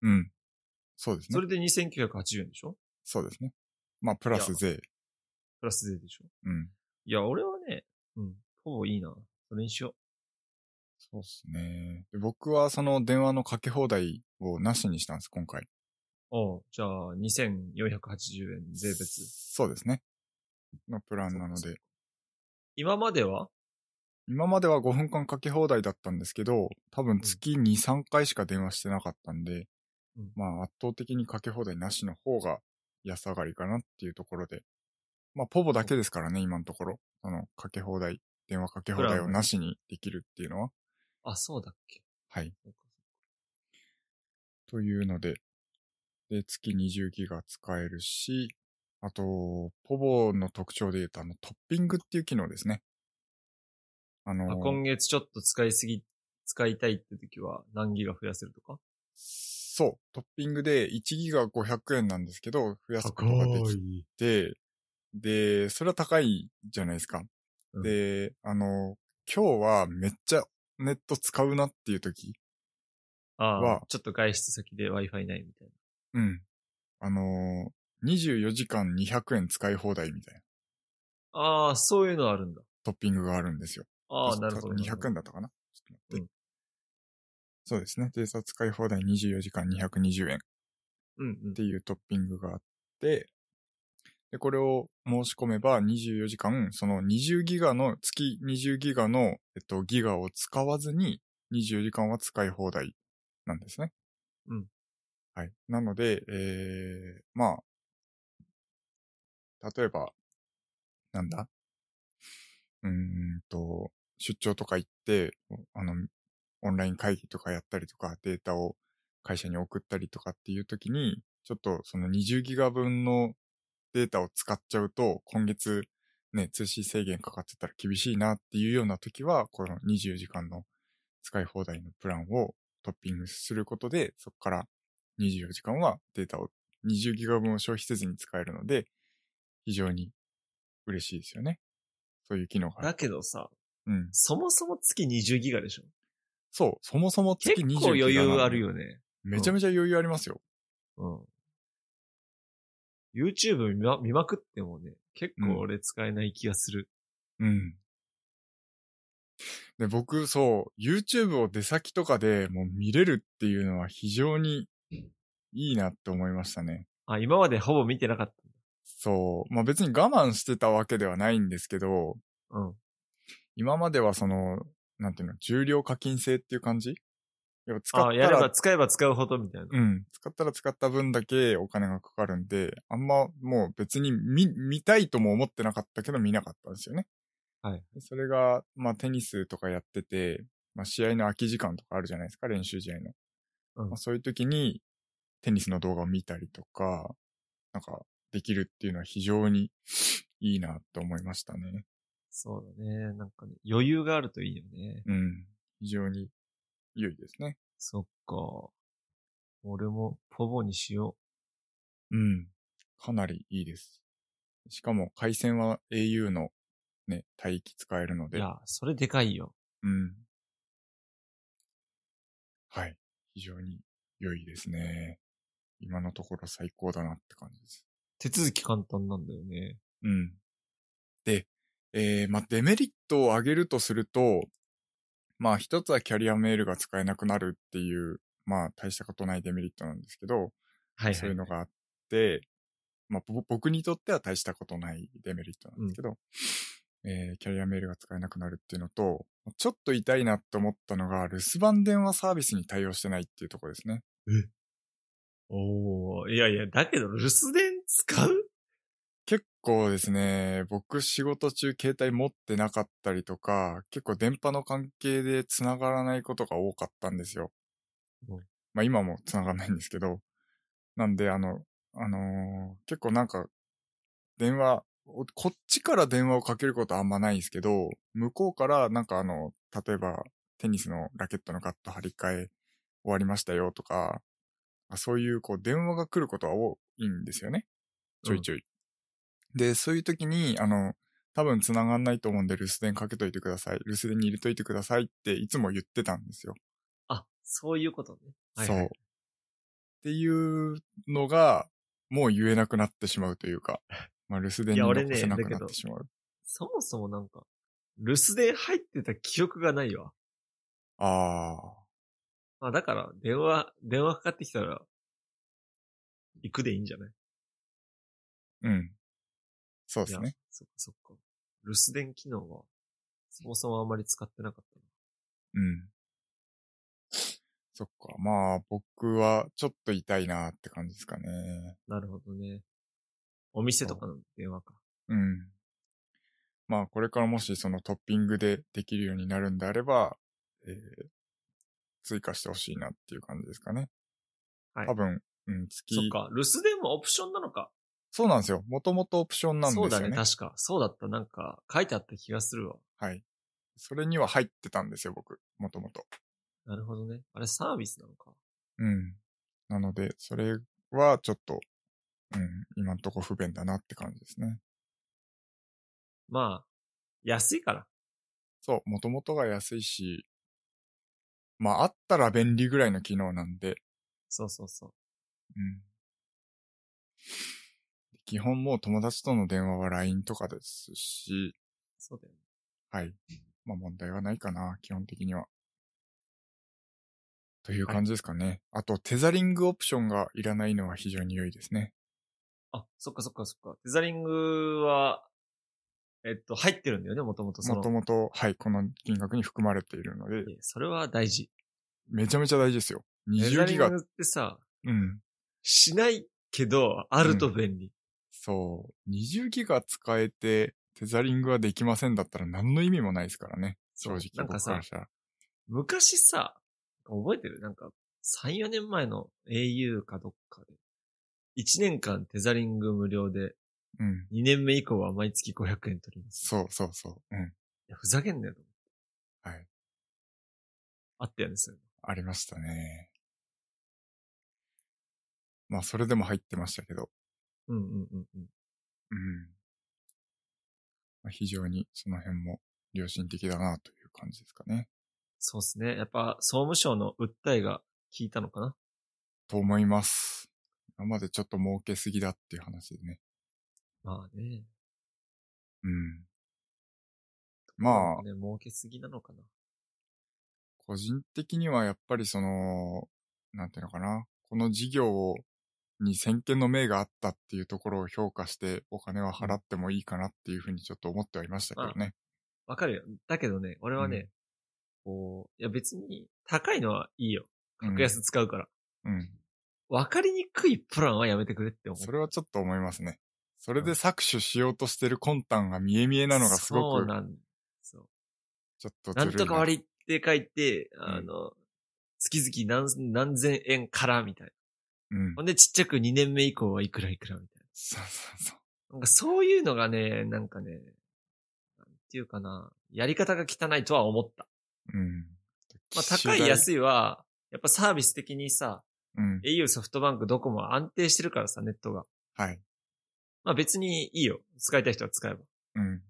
Speaker 2: うん。そうです
Speaker 1: そ
Speaker 2: ね。
Speaker 1: れで2980円でしょ
Speaker 2: そうですね。まあ、プラス税。
Speaker 1: プラス税でしょ
Speaker 2: うん。
Speaker 1: いや、俺はね、うん、ほぼいいな。それにしよ
Speaker 2: そうですね。で僕はその電話のかけ放題をなしにしたんです、今回。
Speaker 1: う。おうじゃあ、2480円税別。
Speaker 2: そうですね。のプランなの
Speaker 1: そう
Speaker 2: で
Speaker 1: か。今までは
Speaker 2: 今までは5分間かけ放題だったんですけど、多分月2、3回しか電話してなかったんで、
Speaker 1: うん
Speaker 2: まあ圧倒的にかけ放題なしの方が安上がりかなっていうところで。まあポボだけですからね、今のところ。そのかけ放題、電話かけ放題をなしにできるっていうのは。
Speaker 1: あ、そうだっけ
Speaker 2: はい。
Speaker 1: そうか
Speaker 2: というので、で、月20ギガ使えるし、あと、ポボの特徴で言うと、あの、トッピングっていう機能ですね。あの
Speaker 1: あ今月ちょっと使いすぎ、使いたいって時は何ギガ増やせるとか
Speaker 2: そう。トッピングで1ギガ500円なんですけど、増やすことができ
Speaker 1: い。
Speaker 2: て、で、それは高いじゃないですか。
Speaker 1: うん
Speaker 2: で、あの、今日はめっちゃネット使うなっていう時、
Speaker 1: あ
Speaker 2: は
Speaker 1: あ、ちょっと外出先で Wi-Fi ないみたいな。
Speaker 2: うん。あの、24時間200円使い放題みたいな
Speaker 1: ああ、そういうのあるんだ。
Speaker 2: トッピングがあるんですよ。
Speaker 1: ああ、
Speaker 2: 確
Speaker 1: な
Speaker 2: か
Speaker 1: るほど。
Speaker 2: 200円だったかなちょっと待って。
Speaker 1: うん
Speaker 2: そうですね。データ使い放題24時間220円。
Speaker 1: うんうん
Speaker 2: っ。ていうトッピングがあって、で、これを申し込めば24時間、その20ギガの、月20ギガの、えっと、ギガを使わずに24時間は使い放題なんですね。
Speaker 1: うん。
Speaker 2: はい。なので、えー、まあ、例えば、なんだうーんと、出張とか行って、あの、オンライン会議とかやったりとか、データを会社に送ったりとかっていう時に、ちょっとその20ギガ分のデータを使っちゃうと、今月ね、通信制限かかってたら厳しいなっていうような時は、この24時間の使い放題のプランをトッピングすることで、そこから24時間はデータを20ギガ分を消費せずに使えるので、非常に嬉しいですよね。そういう機能があ
Speaker 1: だ
Speaker 2: る。
Speaker 1: けどさ、
Speaker 2: うん。
Speaker 1: そもそも月20ギガでしょ
Speaker 2: そう、そもそも月
Speaker 1: 結
Speaker 2: 20ギガ
Speaker 1: 構
Speaker 2: なの
Speaker 1: 余
Speaker 2: で
Speaker 1: 裕ある。よね。
Speaker 2: めちゃめちゃ余裕ありますよ。
Speaker 1: うん。YouTube 見ま見まくってもね、結構俺使えない気がする。
Speaker 2: うん。で、僕、そう、YouTube を出先とかでもう見れるっていうのは非常にいいなって思いましたね。
Speaker 1: あ、今までほぼ見てなかっ
Speaker 2: そう。まあ別に我慢してたわけではないんですけど、
Speaker 1: た。うん。
Speaker 2: 今まではその、なんていうの、重量課金制っていう感じやっぱ使
Speaker 1: あ
Speaker 2: っ
Speaker 1: や
Speaker 2: た
Speaker 1: れば
Speaker 2: ら、
Speaker 1: 使えば使うほどみたいな。
Speaker 2: うん、使ったら使った分だけお金がかかるんで、あんまもう別に見、見たいとも思ってなかったけど見なかったんですよね。
Speaker 1: はい。
Speaker 2: でそれが、まあ、テニスとかやってて、まあ、試合の空き時間とかあるじゃないですか、練習試合の。
Speaker 1: うん
Speaker 2: まあ、そういう時に、テニスの動画を見たりとか、なんか、できるっていうのは非常にいいなと思いましたね。
Speaker 1: そうだね。なんかね、余裕があるといいよね。
Speaker 2: うん。非常に良いですね。
Speaker 1: そっか。俺もポボにしよ
Speaker 2: うん。かなりいいです。しかも、回線は au のね、帯域使えるの
Speaker 1: う。い
Speaker 2: で。
Speaker 1: や、それでかいよ。
Speaker 2: うん。はい。非常に良いですね。今のところ最高だなって感じです。
Speaker 1: 手続き簡単なんだよね。
Speaker 2: うん。で、えー、まあ、デメリットを上げるとすると、まあ、一つはキャリアメールが使えなくなるっていう、まあ、大したことないデメリットなんですけど、
Speaker 1: はい、
Speaker 2: そ
Speaker 1: はい
Speaker 2: う
Speaker 1: い。
Speaker 2: うのがあって、まあ、ぼ僕にとっては大したことないデメリットなんですけど、えーキャリアメールが使えなくなるっていうのと、ちょっと痛いなって思ったのが、留守番電話サービスに対応してないっていうところですね。
Speaker 1: おーいやいや、だけど留守電使う
Speaker 2: 結構ですね、僕仕事中携帯持ってなかったりとか、結構電波の関係で繋がらないことが多かったんですよ。
Speaker 1: うん
Speaker 2: まあ今も繋がらないんですけど、なんであの、あのー結構なんか、電話、おこっちから電話をかけることはあんまないんですけど、向こうからなんかあの、例えばテニスのラケットのガット張り替え終わりましたよとか、あそういうこう電話が来ることは多いんですよね。ちょいちょい。で、そういう時に、あの、多分繋がんないと思うんで留守電かけといてください。留守電に入れといてくださいっていつも言ってたんですよ。
Speaker 1: あ、そういうことね。はい
Speaker 2: そう。っていうのが、もう言えなくなってしまうというか、まあ留守
Speaker 1: い
Speaker 2: 電に
Speaker 1: や俺
Speaker 2: 残
Speaker 1: ね
Speaker 2: せなく
Speaker 1: だ
Speaker 2: な
Speaker 1: けど
Speaker 2: ってしまう。
Speaker 1: そもそもなんか、留守電入ってた記憶がないわ。
Speaker 2: あ
Speaker 1: まあだから、電話、電話かかってきたら、行くでいいんじゃない
Speaker 2: あ、うん。そうです
Speaker 1: い
Speaker 2: ね
Speaker 1: や。そっかそっか。留守電機能は、そもそもあんまり使ってなかったな。
Speaker 2: うん。そっか。まあ、僕はちょっと痛いなって感じですかね。
Speaker 1: なるほどね。お店とかの電話か。
Speaker 2: うん。まあ、これからもしそのトッピングでできるようになるんであれば、えー追加してほしいなっていう感じですかね。
Speaker 1: はい
Speaker 2: 多分、うん、月。
Speaker 1: そっか。留守電もオプションなのか。
Speaker 2: そうなんですよ。もともとオプションなんですよね。
Speaker 1: そうだね、確か。そうだった。なんか、書いてあった気がするわ。
Speaker 2: はい。それには入ってたんですよ、僕。もともと。
Speaker 1: なるほどね。あれサービスなのか。
Speaker 2: うん。なので、それはちょっと、うん、今んとこ不便だなって感じですね。
Speaker 1: まあ、安いから。
Speaker 2: そう、もともとが安いし、まあ、あったら便利ぐらいの機能なんで、
Speaker 1: そうそうそう。
Speaker 2: うん基本もう友達との電話は LINE とかですし、
Speaker 1: そうだよね。
Speaker 2: はい。まあ問題はないかな、基本的には。という感じですかね。あと、テザリングオプションがいらないのは非常に良いですね。
Speaker 1: あ、そっかそっかそっか。テザリングは、えっと、入ってるんだよね、もともとその。
Speaker 2: もともと、はい、この金額に含まれているの
Speaker 1: い
Speaker 2: で、
Speaker 1: やそれは大事。
Speaker 2: めちゃめちゃ大事ですよ。
Speaker 1: テザ
Speaker 2: 20
Speaker 1: リ
Speaker 2: ギ
Speaker 1: ン
Speaker 2: ガ
Speaker 1: グ、ってさ、
Speaker 2: うん。
Speaker 1: しないけど、あると便利。
Speaker 2: そう。20ギガ使えて、テザリングはできませんだったら何の意味もないですからね。正
Speaker 1: そうな
Speaker 2: 直
Speaker 1: ん
Speaker 2: 僕
Speaker 1: かさ
Speaker 2: からしたら。
Speaker 1: 昔さ、覚えてるなんか、3、4年前の au かどっかで、1年間テザリング無料で、
Speaker 2: うん。
Speaker 1: 2年目以降は毎月500円取ります。
Speaker 2: そうそうそう。うん。
Speaker 1: いやふざけんなよと思って。
Speaker 2: はい。
Speaker 1: あったよね、それ。
Speaker 2: ありましたね。まあ、それでも入ってましたけど、
Speaker 1: うんうんうんうん。
Speaker 2: うん。まあ、非常にその辺も良心的だなという感じですかね。
Speaker 1: そうですね。やっぱ、総務省の訴えが効いたのかな
Speaker 2: と思います。今までちょっと儲けすぎだっていう話でね。
Speaker 1: まあね。
Speaker 2: うん。まあ、
Speaker 1: ね、儲けすぎなのかな。
Speaker 2: 個人的にはやっぱりその、なんていうのかな。この事業を、に先見の明があったっていうところを評価してお金は払ってもいいかなっていうふうにちょっと思ってはいましたけどね。
Speaker 1: わかるよ。だけどね、俺はね、こう、いや別に、高いのはいいよ。格安使うから。
Speaker 2: うん。
Speaker 1: わ、かりにくいプランはやめてくれって思う。
Speaker 2: それはちょっと思いますね。それで搾取しようとしてる魂胆が見え見えなのがすご
Speaker 1: そう
Speaker 2: く、
Speaker 1: なんそう。
Speaker 2: ちょっとずるい
Speaker 1: なん
Speaker 2: な。
Speaker 1: とか割って書いて、
Speaker 2: ん
Speaker 1: あの、月々何何千円からみたいな。
Speaker 2: うん
Speaker 1: ほ。んでちっちゃく2年目以降はいくらいくらみたいな。
Speaker 2: そうそうそう。
Speaker 1: なんかそういうのがね、なんかね、なんていうかな、やり方が汚いとは思った。
Speaker 2: うん。
Speaker 1: まあ高い
Speaker 2: い。
Speaker 1: 安いは、やっぱサービス的にさ、
Speaker 2: うん。
Speaker 1: au ソフトバンクどこも安定してるからさ、ネットが。
Speaker 2: はい。
Speaker 1: まあ別にいいよ。使いたい人は使えば。
Speaker 2: うん。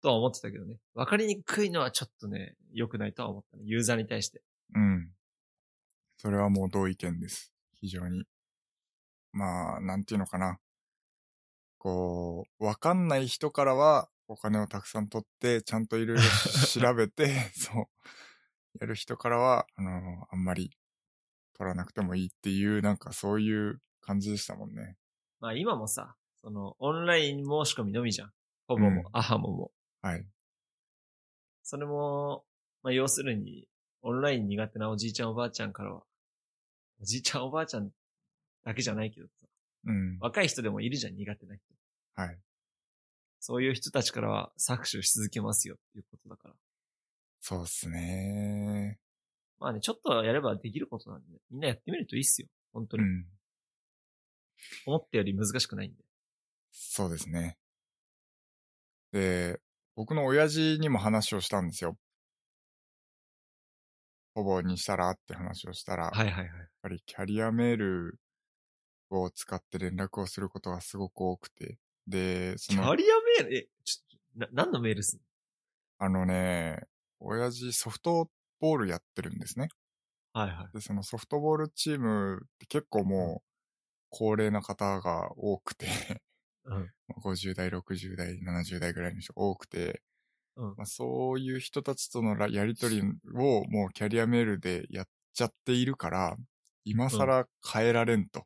Speaker 1: とは思ってたけどね。わかりにくいのはちょっとね、良くないとは思ったね。ユーザーに対して。
Speaker 2: うん。それはもう同意見です。非常に。まあ、なんていうのかな。こう、わかんない人からは、お金をたくさん取って、ちゃんといろいろし調べて、 そう、やる人からは、あの、あんまり取らなくてもいいっていう、なんかそういう感じでしたもんね。
Speaker 1: まあ今もさ、その、オンライン申し込みのみじゃん。ほぼも、
Speaker 2: うん
Speaker 1: アハモも。
Speaker 2: はい。
Speaker 1: それも、まあ要するに、オンライン苦手なおじいちゃんおばあちゃんからは、おじいちゃんおばあちゃんだけじゃないけどさ、
Speaker 2: うん。
Speaker 1: 若い人でもいるじゃん、苦手な人。
Speaker 2: はい。
Speaker 1: そういう人たちからは搾取し続けますよっていうことだから。
Speaker 2: そうっすね。
Speaker 1: まあね、ちょっとやればできることなんで、ね、みんなやってみるといいっすよ。本当
Speaker 2: う
Speaker 1: に。
Speaker 2: ん。
Speaker 1: 思ったより難しくないんで。
Speaker 2: そうですね。で、僕の親父にも話をしたんですよ。ほぼにしたらって話をしたら、やっ
Speaker 1: いはいはい。
Speaker 2: ぱりキャリアメールを使って連絡をすることがすごく多くて、で、そ
Speaker 1: キャ
Speaker 2: の、
Speaker 1: リアメール、え、ちょ、な、何のメールっすんの
Speaker 2: あのね、親父ソフトボールやってるんですね。
Speaker 1: はいはい。
Speaker 2: で、そのソフトボールチームって結構もう高齢な方が多くて、
Speaker 1: うん。
Speaker 2: 50代、60代、70代ぐらいの人が多くて、
Speaker 1: うん
Speaker 2: まあ、そういう人たちとのらやりとりをもうキャリアメールでやっちゃっているから、今更変えられんと。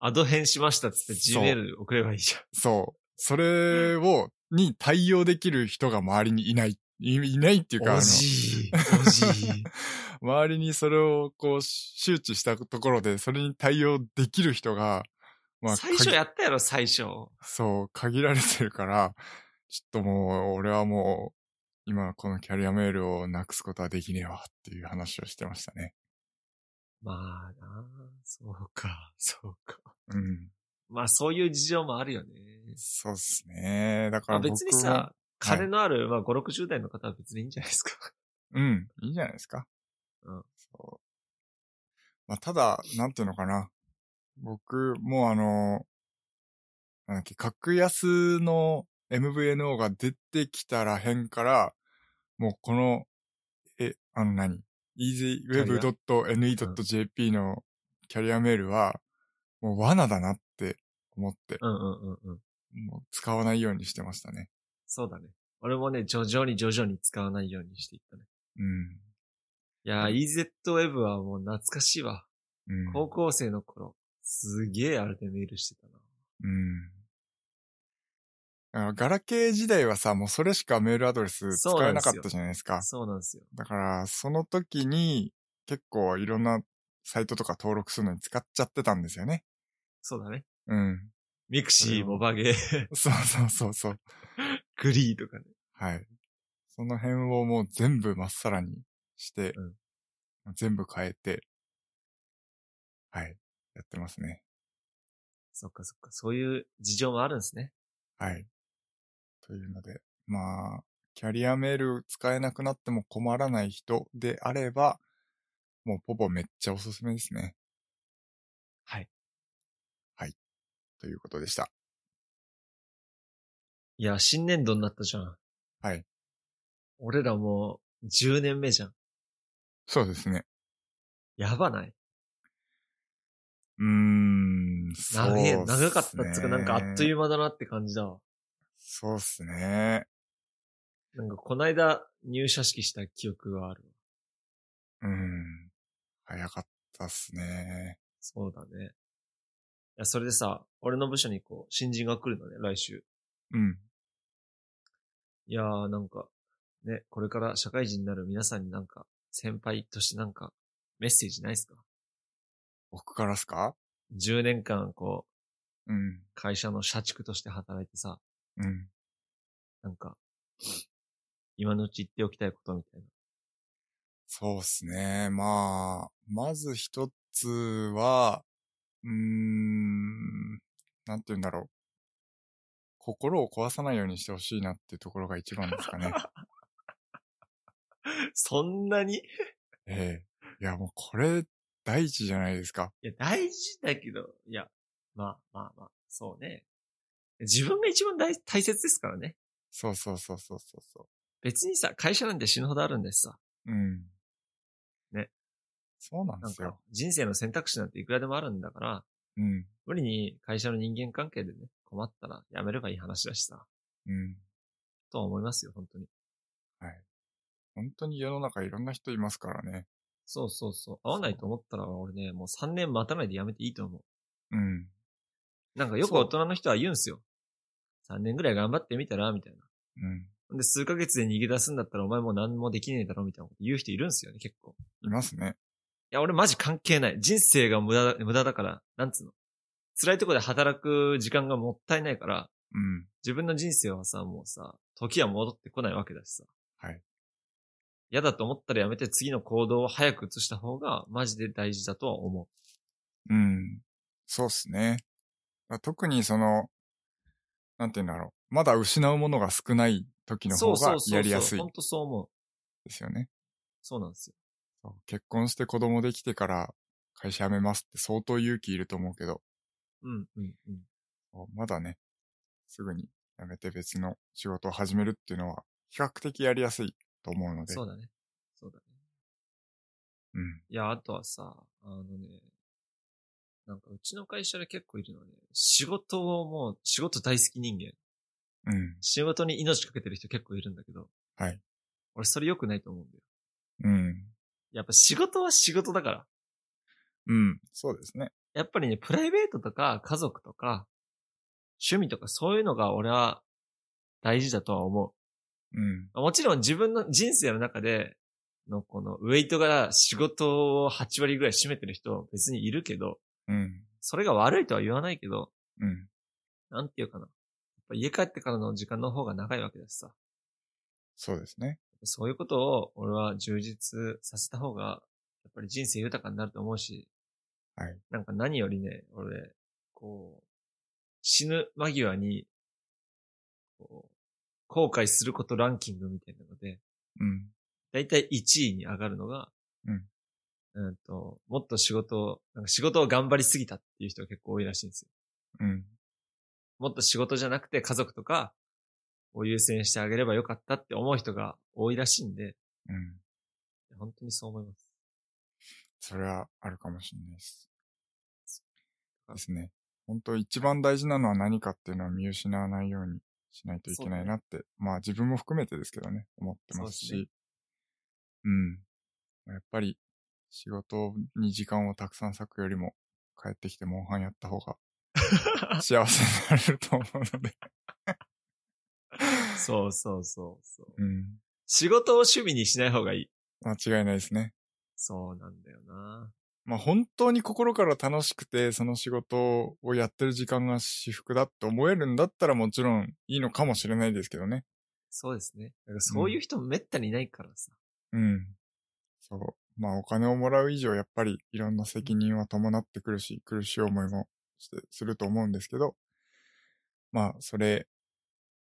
Speaker 1: アド変しましたっつって
Speaker 2: そう
Speaker 1: Gmail 送ればいいじゃん。
Speaker 2: そう。それを、に対応できる人が周りにいない。いいないっていうか、あ
Speaker 1: お
Speaker 2: の
Speaker 1: じい、おじい。
Speaker 2: 周りにそれをこう周知したところで、それに対応できる人が、 まあ、
Speaker 1: 最初
Speaker 2: 限
Speaker 1: やったやろ、最初。
Speaker 2: そう、限られてるから、 ちょっともう、俺はもう、今このキャリアメールをなくすことはできねえわっていう話をしてましたね。
Speaker 1: まあなそうか、そうか。
Speaker 2: うん。
Speaker 1: まあそういう事情もあるよね。
Speaker 2: そうっすね。だか
Speaker 1: まあ
Speaker 2: ら僕も
Speaker 1: 別にさ、、金のある、まあ5、60代の方は別にいいんじゃないですか。
Speaker 2: うん、いいじゃないですか。
Speaker 1: うん。
Speaker 2: そう。まあ、ただ、なんていうのかな。僕、もうあの、なんだっけ、格安の MVNO が出てきたらへんから、もうこの、え、あの何
Speaker 1: ャリア
Speaker 2: ?easyweb.ne.jp のキャリアメールは、もう罠だなって思って、
Speaker 1: うんうんうんうん。
Speaker 2: もう使わないようにしてましたね。
Speaker 1: そうだね。俺もね、徐々に徐々に使わないようにしていったね。
Speaker 2: うん。
Speaker 1: いやー、EZWeb はもう懐かしいわ。
Speaker 2: うん。
Speaker 1: 高校生の頃、すげえあれでメールしてたな。
Speaker 2: うん。だからガラケー時代はさ、もうそれしかメールアドレス使えなかったじゃないですか。
Speaker 1: そうなんですよ。
Speaker 2: だから、その時に結構いろんなサイトとか登録するのに使っちゃってたんですよね。
Speaker 1: そうだね。
Speaker 2: うん。
Speaker 1: ミクシー、モバゲー、
Speaker 2: そうそうそうそう。
Speaker 1: グリーとかね。
Speaker 2: はい。その辺をもう全部まっさらにして、
Speaker 1: うん
Speaker 2: 全部変えて、はい。やってますね。
Speaker 1: そっかそっか。そういう事情もあるんですね。
Speaker 2: はい。というので、まあ、キャリアメール使えなくなっても困らない人であれば、もうポポめっちゃおすすめですね。
Speaker 1: はい。
Speaker 2: はい。ということでした。
Speaker 1: いや、新年度になったじゃん。
Speaker 2: はい。
Speaker 1: 俺らもう10年目じゃん。
Speaker 2: そうですね。
Speaker 1: やばないう
Speaker 2: ーん、そうっ
Speaker 1: 長
Speaker 2: す
Speaker 1: え
Speaker 2: ね。。
Speaker 1: 長かったっつうか、なんかあっというう間だなって感じだわ。
Speaker 2: そうっすね。
Speaker 1: なんかこないだ入社式した記憶があるわ。
Speaker 2: うん。早かったっすね。
Speaker 1: そうだね。いや、それでさ、俺の部署にこう、新人が来るのね、来週。
Speaker 2: うん。
Speaker 1: いやー、なんか、ね、これから社会人になる皆さんになんか、先輩としてなんか、メッセージないっすか
Speaker 2: 僕からっすか
Speaker 1: ?10 年間、こう、
Speaker 2: うん。
Speaker 1: 会社の社畜として働いてさ、
Speaker 2: うん。
Speaker 1: なんか、今のうち言っておきたいことみたいな。
Speaker 2: そうですね。まあ、まず一つは、うーん、なんて言うんだろう。心を壊さないようにしてほしいなっていうところが一番ですか ね。
Speaker 1: そんなにい
Speaker 2: ええいや、もうこれ、第一じゃないですか。
Speaker 1: や、大事だけど、いや、まあまあまあ、そうね。自分が一番大大切ですからね。
Speaker 2: そうそうそうそうそうそ
Speaker 1: 別にさ、会社なんて死ぬほどあるんですさ。
Speaker 2: う。うん。
Speaker 1: ね。
Speaker 2: そうなんで
Speaker 1: なん
Speaker 2: す
Speaker 1: か
Speaker 2: よ。、
Speaker 1: 人生の選択肢なんていくらでもあるんだから、
Speaker 2: うん。
Speaker 1: 無理に会社の人間関係でね、困ったらやめればいい話だしさ。
Speaker 2: うん。
Speaker 1: とは思いますよ、本当に。
Speaker 2: 本当に世の中いろんな人いますからね。
Speaker 1: そうそうそう。合わないと思ったら俺ね、もう3年待たないでやめていいと思
Speaker 2: うん。
Speaker 1: う。なんかよく
Speaker 2: そう
Speaker 1: 大人の人は言うんすよ。3年ぐらい頑張ってみたら、みたいな。
Speaker 2: うん。
Speaker 1: で、数ヶ月で逃げ出すんだったらお前もう何もできねえだろ、みたいなこと言う人いるんすよね、結構。い
Speaker 2: いますね。
Speaker 1: や、俺マジ関係ない。人生が無駄だ、無駄だから、なんつうの。辛いとこで働く時間がもったいないから、
Speaker 2: うん。
Speaker 1: 自分の人生はさ、もうさ、時は戻ってこないわけだしさ。
Speaker 2: はい。
Speaker 1: 嫌だと思ったらやめて次の行動を早く移した方が、マジで大事だとは思う。
Speaker 2: うん。そうっすね。だ特にその、なんて言うんだろう。まだ失うものが少ない時の方がやりやすい
Speaker 1: 本当そう思う。
Speaker 2: ですよね。
Speaker 1: そうなんですよ。
Speaker 2: そう結婚して子供できてから会社辞めますって相当勇気いると思うけど、
Speaker 1: うん、うん、うん。
Speaker 2: こうまだね、すぐに辞めて別の仕事を始めるっていうのは比較的やりやすいと思うので。
Speaker 1: そうだね。そうだね。
Speaker 2: うん。
Speaker 1: いや、あとはさ、あのね、なんかうちの会社で結構いるのはね、仕事をもう、仕事大好き人間。
Speaker 2: うん。
Speaker 1: 仕事に命かけてる人結構いるんだけど。
Speaker 2: はい。
Speaker 1: 俺それ良くないと思うんだよ。
Speaker 2: うん。
Speaker 1: やっぱ仕事は仕事だから。
Speaker 2: うん。そうですね。
Speaker 1: やっぱりね、プライベートとか家族とか、趣味とかそういうのが俺は大事だとは思う。
Speaker 2: うん。
Speaker 1: もちろん自分の人生の中でのこのウェイトが仕事を8割ぐらい占めてる人別にいるけど、
Speaker 2: うん。
Speaker 1: それが悪いとは言わないけど、
Speaker 2: うん。
Speaker 1: なんていうかな。やっぱ家帰ってからの時間の方が長いわけだしさ。
Speaker 2: そうですね。
Speaker 1: そういうことを俺は充実させた方が、やっぱり人生豊かになると思うし、
Speaker 2: はい。
Speaker 1: なんか何よりね、俺、こう、死ぬ間際に、こう、後悔することランキングみたいなので、
Speaker 2: うん。
Speaker 1: だいたい1位に上がるのが、
Speaker 2: うん。
Speaker 1: うんと、もっと仕事を、なんか仕事を頑張りすぎたっていう人が結構多いらしいんですよ。
Speaker 2: うん。
Speaker 1: もっと仕事じゃなくて家族とかを優先してあげればよかったって思う人が多いらしいんで、
Speaker 2: うん。
Speaker 1: 本当にそう思います。
Speaker 2: それはあるかもしれないです。ですね。本当一番大事なのは何かっていうのを見失わないようにしないといけないなって、まあ自分も含めてですけどね、思ってますし。
Speaker 1: そうで
Speaker 2: うん。やっぱり仕事に時間をたくさん割くよりも帰ってきてモンハンやった方が幸せになれると思うので。
Speaker 1: そうそうそうそう。
Speaker 2: うん。
Speaker 1: 仕事を趣味にしない方がいい。
Speaker 2: 間違いないですね。
Speaker 1: そうなんだよな。
Speaker 2: まあ本当に心から楽しくて、その仕事をやってる時間が至福だって思えるんだったらもちろんいいのかもしれないですけどね。
Speaker 1: そうですね。だからそういう人もめったにいないからさ。
Speaker 2: うん。そう。まあお金をもらう以上やっぱりいろんな責任は伴ってくるし、苦しい思いもして、すると思うんですけど、まあそれ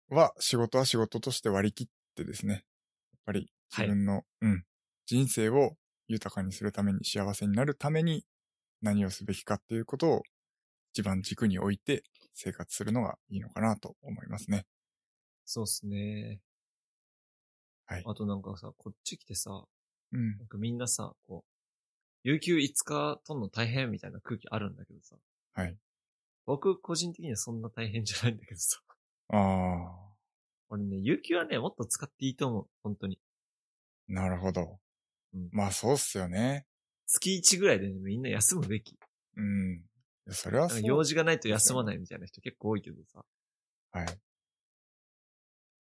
Speaker 2: は仕事は仕事として割り切ってですね、やっぱり自分の、うん、人生を豊かにするために幸せになるために何をすべきかっていうことを一番軸に置いて生活するのがいいのかなと思いますね。
Speaker 1: そうですね。
Speaker 2: はい
Speaker 1: あとなんかさ、こっち来てさ、
Speaker 2: うん
Speaker 1: な。んかみんなさ、こう、有給5日取んの大変みたいな空気あるんだけどさ。
Speaker 2: はい。
Speaker 1: 僕個人的にはそんな大変じゃないんだけどさ。
Speaker 2: あ
Speaker 1: 俺ね、有給はね、もっと使っていいと思う。本当に。
Speaker 2: ー、なるほど。
Speaker 1: うん
Speaker 2: まあそうっすよね。
Speaker 1: 月1ぐらいでね、みんな休むべき。
Speaker 2: うん。いやそれは
Speaker 1: な
Speaker 2: そ
Speaker 1: ん
Speaker 2: う。
Speaker 1: か用事がないと休まないみたいな人結構多いけどさ。やっ
Speaker 2: はい。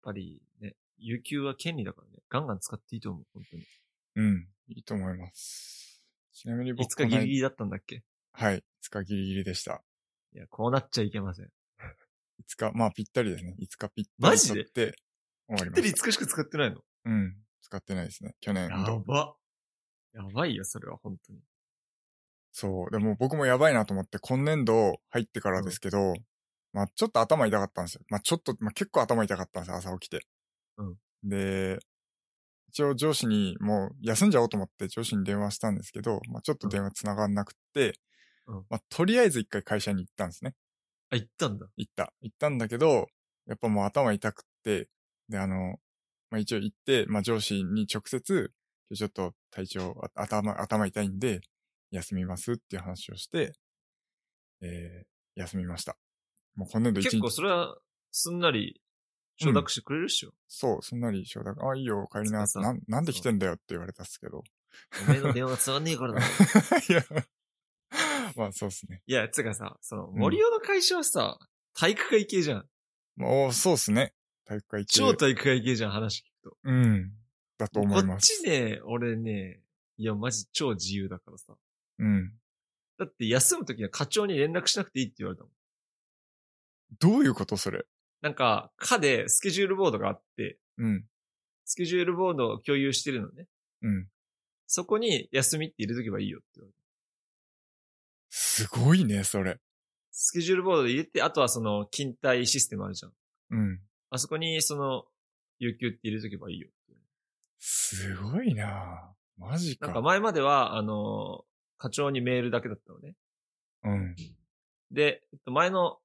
Speaker 1: ぱりね、有給は権利だからね、ガンガン使っていいと思う。本当に。
Speaker 2: うん。いいと思います。ちなみに僕
Speaker 1: 5日ギリギ
Speaker 2: リ。
Speaker 1: リだったんだっけ
Speaker 2: はい。5日ギリギリでした。
Speaker 1: いや、こうなっちゃいけません。
Speaker 2: 5日、まあぴったりですね。5日ぴったり
Speaker 1: マジで
Speaker 2: 取って終わり
Speaker 1: ぴっ
Speaker 2: ま
Speaker 1: たり
Speaker 2: した。
Speaker 1: 5日しか使ってないの
Speaker 2: うん。使ってないですね。去年
Speaker 1: や
Speaker 2: 度。
Speaker 1: ば。やばいよ、それは本当に。
Speaker 2: そう。でも僕もやばいなと思って、今年度入ってからですけど、まあちょっと頭痛かったんですよ。まあちょっと、まあ結構頭痛かったんですよ、朝起きて。
Speaker 1: うん
Speaker 2: で、一応上司にもう休んじゃおうと思って上司に電話したんですけど、まあちょっと電話繋がんなくって、
Speaker 1: うん
Speaker 2: まあとりあえず一回会社に行ったんですね。
Speaker 1: あ、行ったんだ。
Speaker 2: 行った。行ったんだけど、やっぱもう頭痛くって、で、あの、まあ、一応行って、まあ、上司に直接、今日ちょっと体調、あ頭、頭痛いんで、休みますっていう話をして、えー、休みました。もう今年度一
Speaker 1: 結
Speaker 2: 日
Speaker 1: 構それは、すんなり承諾してくれるっしょ。
Speaker 2: そう、すんなり承諾。あ、いいよ、帰りな。
Speaker 1: そうそう
Speaker 2: なんなんで来てんだよって言われたっすけど。
Speaker 1: おめえの電話がつわんねえからだろ。
Speaker 2: いや、まあそうっすね。
Speaker 1: いや、つうかさ、その、森尾の会社はさ、体育会系じゃん。
Speaker 2: まあ、おそうっすね。体育会系。
Speaker 1: 超体育会系じゃん、話聞くと。
Speaker 2: うん。だと思い
Speaker 1: こ
Speaker 2: ま
Speaker 1: っ
Speaker 2: す。
Speaker 1: ちね、俺ね、いや、マジ超自由だからさ。
Speaker 2: うん。
Speaker 1: だって休むときは課長に連絡しなくていいって言われたもん。
Speaker 2: どういうことそれ。
Speaker 1: なんか、課でスケジュールボードがあって、
Speaker 2: うん。
Speaker 1: スケジュールボードを共有してるのね。
Speaker 2: うん。
Speaker 1: そこに休みって入れとけばいいよって言われた。
Speaker 2: すごいね、それ。
Speaker 1: スケジュールボードで入れて、あとはその、勤怠システムあるじゃん。
Speaker 2: うん。
Speaker 1: あそこに、その、有給って入れとけばいいよって言われた。
Speaker 2: すごいなマジか。
Speaker 1: なんか前までは、あの、課長にメールだけだったのね。
Speaker 2: うん。
Speaker 1: で、えっと前の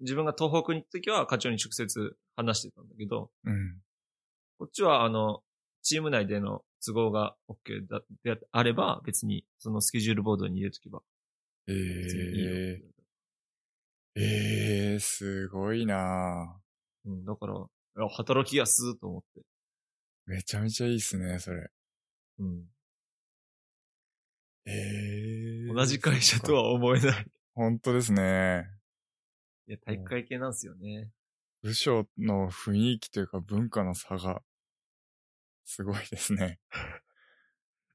Speaker 1: 自分が東北に行った時は課長に直接話してたんだけど、
Speaker 2: うん。
Speaker 1: こっちはあの、チーム内での都合が OK だ、であれば別にそのスケジュールボードに入れとけば
Speaker 2: え
Speaker 1: 別にいいよって言われた、
Speaker 2: ー、えー、すごいな
Speaker 1: うん、だから、いや働きやすーと思って。
Speaker 2: めちゃめちゃいいっすね、それ。
Speaker 1: うん。
Speaker 2: えー。
Speaker 1: 同じ会社と
Speaker 2: は。
Speaker 1: は思えない。
Speaker 2: 本当ですね。
Speaker 1: いや、体育会系なんですよね。
Speaker 2: 部署の雰囲気というか文化の差が、すごいですね。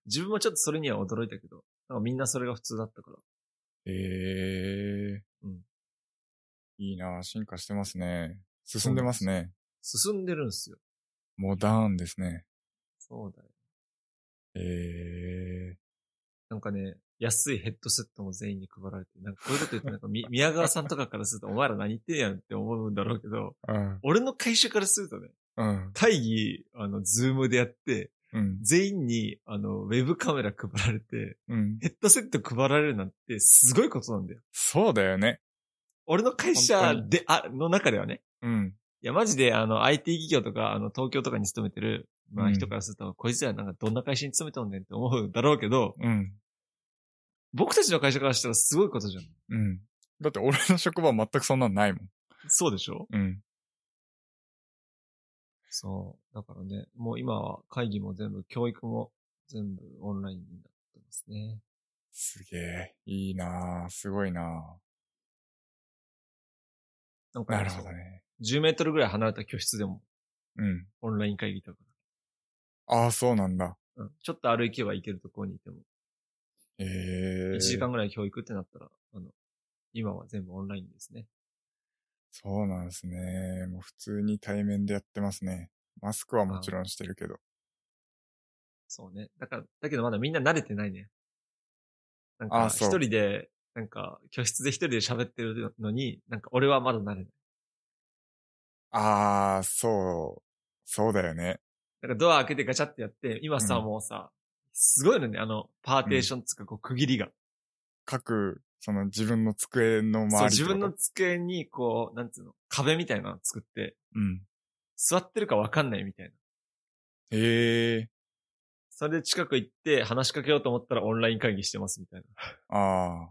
Speaker 1: 自分もちょっとそれには驚いたけど、なんかみんなそれが普通だったから。
Speaker 2: ええー。
Speaker 1: うん。
Speaker 2: いいな進化してますね。進んでますね。
Speaker 1: 進んでるんすよ。
Speaker 2: モダンですね。
Speaker 1: そうだよ。
Speaker 2: ええ
Speaker 1: なんかね、安いヘッドセットも全員に配られて、なんかこういうこと言ってなんかみ 宮川さんとかからするとお前ら何言ってんやんって思うんだろうけど、
Speaker 2: ー。うん。
Speaker 1: 俺の会社からするとね、
Speaker 2: うん。
Speaker 1: 会議、あの、ズームでやって、
Speaker 2: うん。
Speaker 1: 全員に、あの、ウェブカメラ配られて、
Speaker 2: うん。
Speaker 1: ヘッドセット配られるなんてすごいことなんだよ。
Speaker 2: そうだよね。
Speaker 1: 俺の会
Speaker 2: 本
Speaker 1: 社
Speaker 2: 当に
Speaker 1: で、あ、の中ではね。
Speaker 2: うん。
Speaker 1: いや、マジで、あの、IT 企業とか、あの、東京とかに勤めてる、ま
Speaker 2: う
Speaker 1: あ、
Speaker 2: ん
Speaker 1: 人からすると、こいつらなんかどんな会社に勤めとんねんって思うんだろうけど、
Speaker 2: うん。
Speaker 1: 僕たちの会社からしたらすごいことじゃん。
Speaker 2: うん。だって俺の職場全くそんなんないもん。
Speaker 1: そうでしょ
Speaker 2: うん。
Speaker 1: そう。だからね、もう今は会議も全部、教育も全部オンラインになってますね。
Speaker 2: すげえ。いいなぁ。すごいな
Speaker 1: なん
Speaker 2: ぁ。
Speaker 1: か、
Speaker 2: なるほどね。
Speaker 1: 10メートルぐらい離れた教室でも
Speaker 2: うん。
Speaker 1: オンライン会議とか、
Speaker 2: ああ、そうなんだ。
Speaker 1: うん、ちょっと歩けば行けるところにいても、
Speaker 2: ええー。
Speaker 1: 1時間ぐらい教育ってなったら、あの、今は全部オンラインですね。
Speaker 2: そうなんですね。もう普通に対面でやってますね。マスクはもちろんしてるけど。
Speaker 1: そうね。だから、だけどまだみんな慣れてないね。なんか、
Speaker 2: あそ
Speaker 1: 一
Speaker 2: う
Speaker 1: 人で、なんか、教室で一人で喋ってるのに、なんか俺はまだ慣れない。
Speaker 2: ああ、そう。そうだよね。
Speaker 1: なんかドア開けてガチャってやって、今さ、
Speaker 2: うん
Speaker 1: もうさ、すごいのね、あの、パーテーションつうか、こう、区切りが。
Speaker 2: 各、その自分の机の周り
Speaker 1: そう、
Speaker 2: って
Speaker 1: 自
Speaker 2: こと
Speaker 1: 分の机に、こう、なんつうの、壁みたいなの作って、
Speaker 2: うん。
Speaker 1: 座ってるかわかんないみたいな。
Speaker 2: へえ。
Speaker 1: それで近く行って話しかけようと思ったらオンライン会議してますみたいな。
Speaker 2: ああ。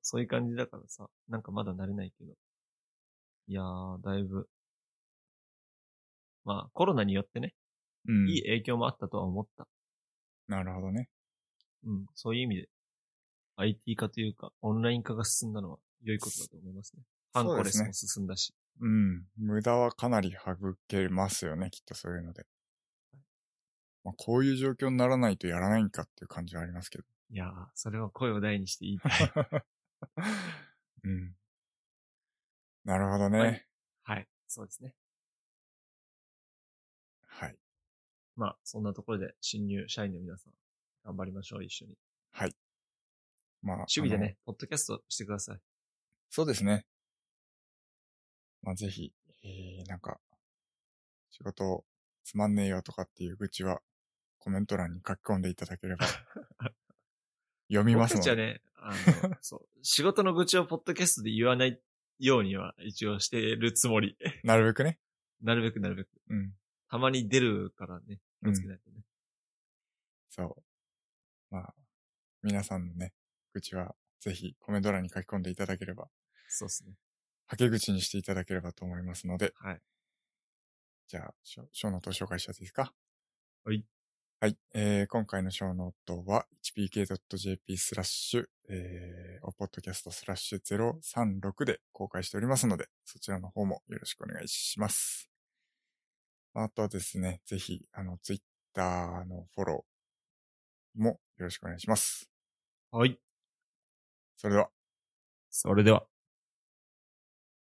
Speaker 1: そういう感じだからさ、なんかまだ慣れないけど。いやー、だいぶ。まあ、コロナによってね、
Speaker 2: うん。
Speaker 1: いい影響もあったとは思った。
Speaker 2: なるほどね。
Speaker 1: うん、そういう意味で、IT 化というか、オンライン化が進んだのは良いことだと思いますね。ハンコレス
Speaker 2: そ
Speaker 1: も
Speaker 2: うで
Speaker 1: 進んだし。
Speaker 2: うん。無駄はかなり省けますよね、きっとそういうので。まあ、こういう状況にならないとやらないんかっていう感じはありますけど。
Speaker 1: いやー、それは声を大にして言いたい。
Speaker 2: うん。なるほどね。
Speaker 1: はいはい、そうですね。
Speaker 2: はい。
Speaker 1: まあ、そんなところで新入社員の皆さん、頑張りましょう、一緒に。
Speaker 2: まあ、
Speaker 1: 趣味で
Speaker 2: あの
Speaker 1: ね、ポッドキャストしてください。
Speaker 2: そうですね。まあ、ぜひ、えー、なんか、仕事つまんねえよとかっていう愚痴は、コメント欄に書き込んでいただけ れば、読みま
Speaker 1: 僕
Speaker 2: す
Speaker 1: た
Speaker 2: の
Speaker 1: ちは
Speaker 2: で、
Speaker 1: ね、あ の、そう、仕事の愚痴をポッドキャストで言わないようには一応してるつもり。
Speaker 2: なるべくね。
Speaker 1: なるべくなるべく。
Speaker 2: うん。
Speaker 1: たまに出るからね、気
Speaker 2: う
Speaker 1: を
Speaker 2: ん
Speaker 1: つけないとね。
Speaker 2: そう。まあ、皆さんのね、愚痴は、ぜひコメント欄に書き込んでいただければ、
Speaker 1: そうですね。
Speaker 2: はけ口にしていただければと思いますので、
Speaker 1: はい。
Speaker 2: じゃあ、ショショーノートを紹介しちゃっていいですか
Speaker 1: はい。
Speaker 2: はい。えー今回のショーノートは hpk.jp スラッシュ、えー、おポッドキャストスラッシュ036で公開しておりますので、そちらの方もよろしくお願いします。あとはですね、ぜひ、あの、ツイッターのフォローもよろしくお願いします。
Speaker 1: はい。
Speaker 2: それでは。
Speaker 1: それでは。